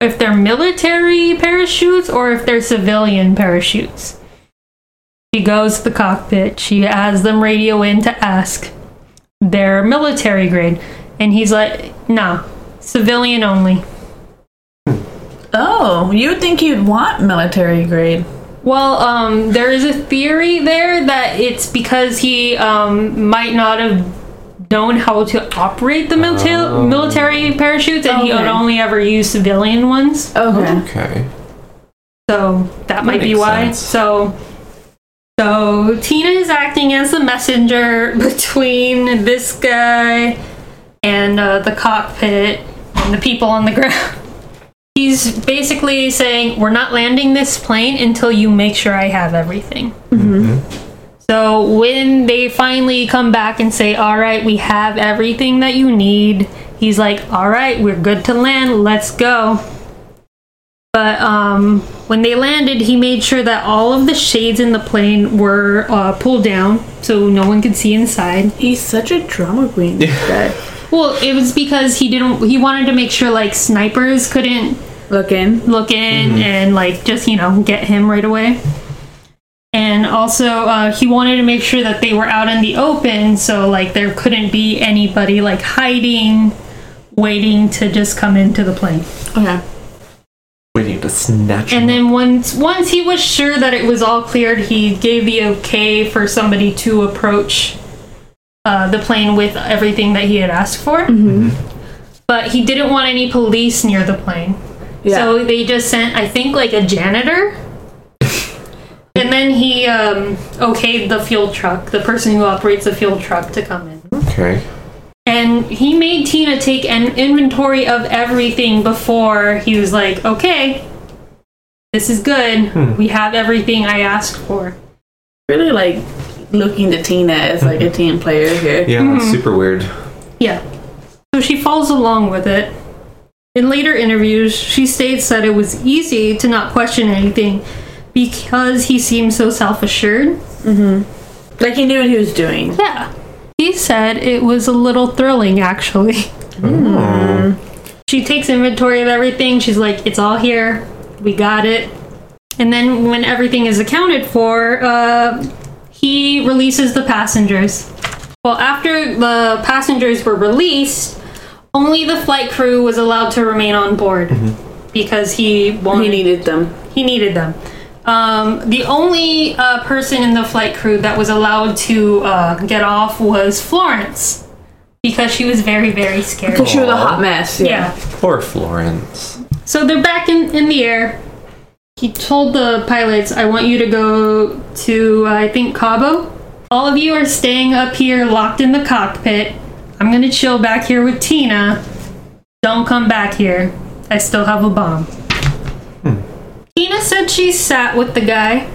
[SPEAKER 4] If they're military parachutes or if they're civilian parachutes. She goes to the cockpit. She has them radio in to ask. They're military grade. And he's like, nah, civilian only.
[SPEAKER 1] Oh, you would think you'd want military grade.
[SPEAKER 4] Well, um, there is a theory there that it's because he um, might not have known how to operate the milita- military parachutes and he would
[SPEAKER 1] Okay.
[SPEAKER 4] only ever use civilian ones.
[SPEAKER 1] Okay.
[SPEAKER 2] Okay.
[SPEAKER 4] So that might be
[SPEAKER 2] makes
[SPEAKER 4] why.
[SPEAKER 2] sense.
[SPEAKER 4] So so Tina is acting as the messenger between this guy and uh, the cockpit and the people on the ground. He's basically saying, "We're not landing this plane until you make sure I have everything."
[SPEAKER 2] Mm-hmm.
[SPEAKER 4] So when they finally come back and say, "All right, we have everything that you need," he's like, "All right, we're good to land. Let's go." But um, when they landed, he made sure that all of the shades in the plane were uh, pulled down so no one could see inside.
[SPEAKER 1] He's such a drama queen. this guy.
[SPEAKER 4] Well, it was because he didn't. He wanted to make sure like snipers couldn't
[SPEAKER 1] Look in.
[SPEAKER 4] look in and like just you know get him right away. And also, uh, he wanted to make sure that they were out in the open, so like there couldn't be anybody like hiding, waiting to just come into the plane.
[SPEAKER 1] Okay.
[SPEAKER 2] We need to snatch
[SPEAKER 1] Mm.
[SPEAKER 4] And
[SPEAKER 2] him.
[SPEAKER 4] then once once he was sure that it was all cleared, he gave the okay for somebody to approach uh, the plane with everything that he had asked for. But he didn't want any police near the plane,
[SPEAKER 1] Yeah.
[SPEAKER 4] so they just sent I think like a janitor. and then he um, okayed the fuel truck, the person who operates the fuel truck, to come in.
[SPEAKER 2] Okay.
[SPEAKER 4] And he made Tina take an inventory of everything before he was like, okay, this is good. We have everything I asked for.
[SPEAKER 1] really like looking to Tina as like a team player here.
[SPEAKER 2] Yeah, that's super weird.
[SPEAKER 4] Yeah. So she follows along with it. In later interviews, she states that it was easy to not question anything because he seemed so self assured.
[SPEAKER 1] Like he knew what he was doing.
[SPEAKER 4] Yeah. He said it was a little thrilling, actually.
[SPEAKER 2] Mm.
[SPEAKER 4] She takes inventory of everything. She's like, it's all here. We got it. And then when everything is accounted for, uh, he releases the passengers. Well, after the passengers were released, only the flight crew was allowed to remain on board because he wanted
[SPEAKER 1] He needed them.
[SPEAKER 4] he needed them. Um, the only uh, person in the flight crew that was allowed to uh, get off was Florence because she was very, very scared.
[SPEAKER 1] Because she was a
[SPEAKER 2] Aw.
[SPEAKER 1] hot mess.
[SPEAKER 4] Yeah.
[SPEAKER 2] Oh. Poor Florence.
[SPEAKER 4] So they're back in, in the air. He told the pilots, I want you to go to, uh, I think, Cabo. All of you are staying up here locked in the cockpit. I'm going to chill back here with Tina. Don't come back here. I still have a bomb. Tina said she sat with the guy,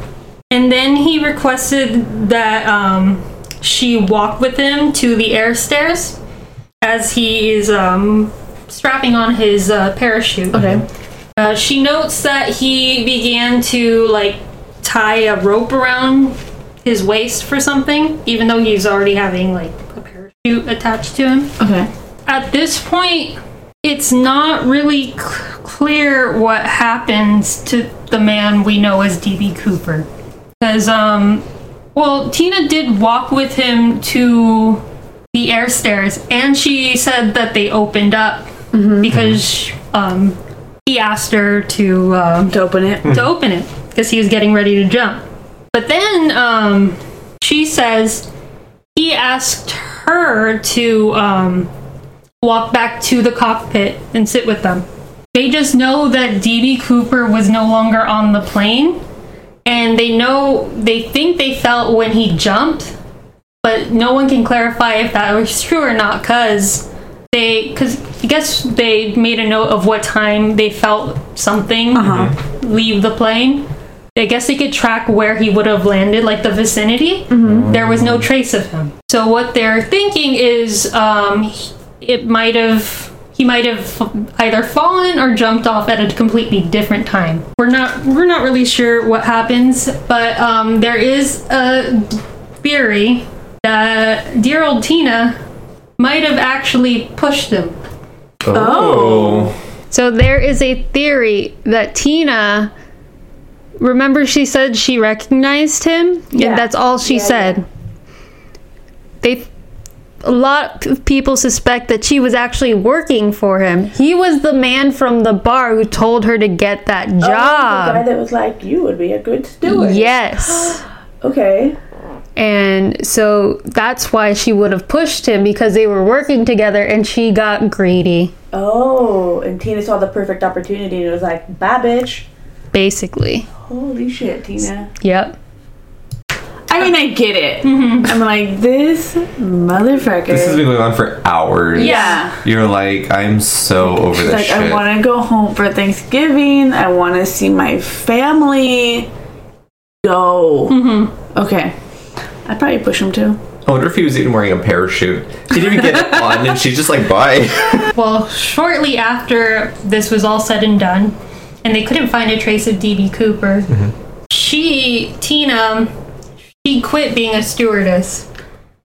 [SPEAKER 4] and then he requested that um, she walk with him to the air stairs as he is um, strapping on his uh, parachute.
[SPEAKER 1] Okay.
[SPEAKER 4] Uh, she notes that he began to like tie a rope around his waist for something, even though he's already having like a parachute attached to him.
[SPEAKER 1] Okay.
[SPEAKER 4] At this point, it's not really c- clear what happens to the man we know as DB Cooper, because um, well, Tina did walk with him to the air stairs, and she said that they opened up because um, he asked her to um,
[SPEAKER 1] To open it.
[SPEAKER 4] to open it because he was getting ready to jump. But then um, she says he asked her to um, walk back to the cockpit and sit with them. They just know that DB Cooper was no longer on the plane, and they know they think they felt when he jumped, but no one can clarify if that was true or not because they because I guess they made a note of what time they felt something leave the plane. I guess they could track where he would have landed, like the vicinity. There was no trace of him. So what they're thinking is, um, he- it might have he might have either fallen or jumped off at a completely different time. We're not we're not really sure what happens, but um, there is a theory that dear old Tina might have actually pushed him.
[SPEAKER 2] Oh.
[SPEAKER 3] So there is a theory that Tina. Remember, she said she recognized him,
[SPEAKER 1] Yeah.
[SPEAKER 3] and that's all she said. They, a lot of people suspect that she was actually working for him. He was the man from the bar who told her to get that
[SPEAKER 1] Oh, The guy
[SPEAKER 3] job.
[SPEAKER 1] that was like, you would be a good steward.
[SPEAKER 3] yes,
[SPEAKER 1] Okay.
[SPEAKER 3] and so that's why she would have pushed him because they were working together, and she got greedy,
[SPEAKER 1] Oh, and Tina saw the perfect opportunity and was like, bye, bitch.
[SPEAKER 3] basically.
[SPEAKER 1] Holy shit, Tina.
[SPEAKER 3] Yep.
[SPEAKER 1] I mean, I get it. I'm like, this motherfucker.
[SPEAKER 2] This has been going on for hours.
[SPEAKER 1] yeah.
[SPEAKER 2] You're like, I'm so over
[SPEAKER 1] She's
[SPEAKER 2] this
[SPEAKER 1] like, I
[SPEAKER 2] shit.
[SPEAKER 1] want to go home for Thanksgiving. I want to see my family. Go. Okay. I'd probably push him too.
[SPEAKER 2] I wonder if he was even wearing a parachute. He didn't even get it on, and she's just like, bye.
[SPEAKER 4] Well, shortly after this was all said and done, and they couldn't find a trace of DB Cooper, she, Tina, she quit being a stewardess.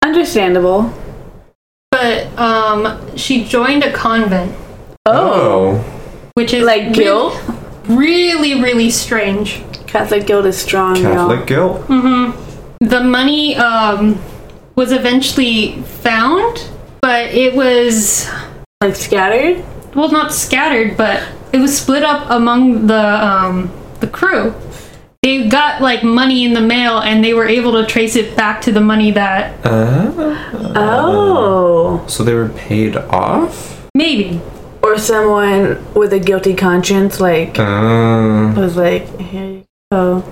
[SPEAKER 1] Understandable.
[SPEAKER 4] But um, she joined a convent,
[SPEAKER 2] Oh.
[SPEAKER 4] which is
[SPEAKER 1] Like
[SPEAKER 4] re-
[SPEAKER 1] guilt?
[SPEAKER 4] really, really strange.
[SPEAKER 1] Catholic guilt is strong,
[SPEAKER 2] Catholic guilt?
[SPEAKER 1] Hmm.
[SPEAKER 4] The money um, was eventually found, but it was
[SPEAKER 1] y'all. Like scattered?
[SPEAKER 4] well, not scattered, but it was split up among the um, the crew. They got like money in the mail, and they were able to trace it back to the money that
[SPEAKER 1] Oh.
[SPEAKER 2] So they were paid off?
[SPEAKER 4] maybe.
[SPEAKER 1] Or someone with a guilty conscience, like,
[SPEAKER 2] Uh,
[SPEAKER 1] was like, here you go.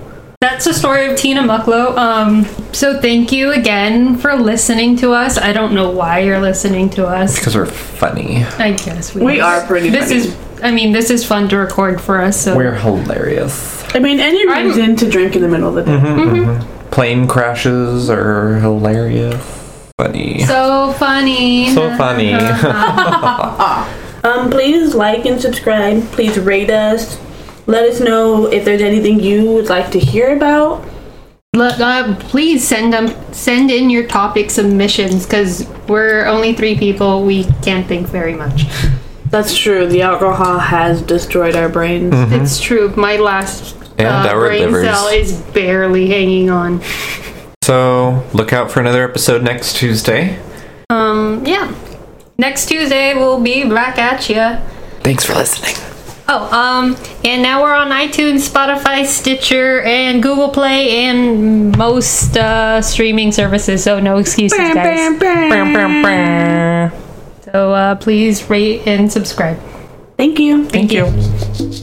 [SPEAKER 4] That's the story of Tina Mucklow. Um, so thank you again for listening to us. I don't know why you're listening to us.
[SPEAKER 2] because we're funny.
[SPEAKER 4] I guess we,
[SPEAKER 1] We are pretty
[SPEAKER 4] This
[SPEAKER 1] funny.
[SPEAKER 4] is, I mean, this is fun to record for us. So
[SPEAKER 2] We're hilarious.
[SPEAKER 1] I mean, any
[SPEAKER 4] I'm-
[SPEAKER 1] reason to drink in the middle of the day.
[SPEAKER 2] Plane crashes are hilarious. Funny.
[SPEAKER 4] so funny.
[SPEAKER 2] So funny.
[SPEAKER 1] Uh-huh.
[SPEAKER 2] Mm.
[SPEAKER 1] Um, please like and subscribe. Please rate us. Let us know if there's anything you would like to hear about.
[SPEAKER 3] Look, uh, please send them send in your topic submissions because we're only three people. We can't think very much.
[SPEAKER 2] Mm.
[SPEAKER 1] That's true. The alcohol has destroyed our brains.
[SPEAKER 3] It's true. My last
[SPEAKER 2] Mm-hmm. and
[SPEAKER 3] Uh,
[SPEAKER 2] our
[SPEAKER 3] brain
[SPEAKER 2] livers.
[SPEAKER 3] cell is barely hanging on.
[SPEAKER 2] So look out for another episode next Tuesday.
[SPEAKER 4] Um, yeah. Next Tuesday we'll be back at ya.
[SPEAKER 2] Thanks for listening.
[SPEAKER 4] Oh, um, and now we're on iTunes, Spotify, Stitcher, and Google Play, and most uh, streaming services. So no excuses, guys. Bam, bam, bam. So uh, please rate and subscribe.
[SPEAKER 1] Thank you.
[SPEAKER 4] Thank, you.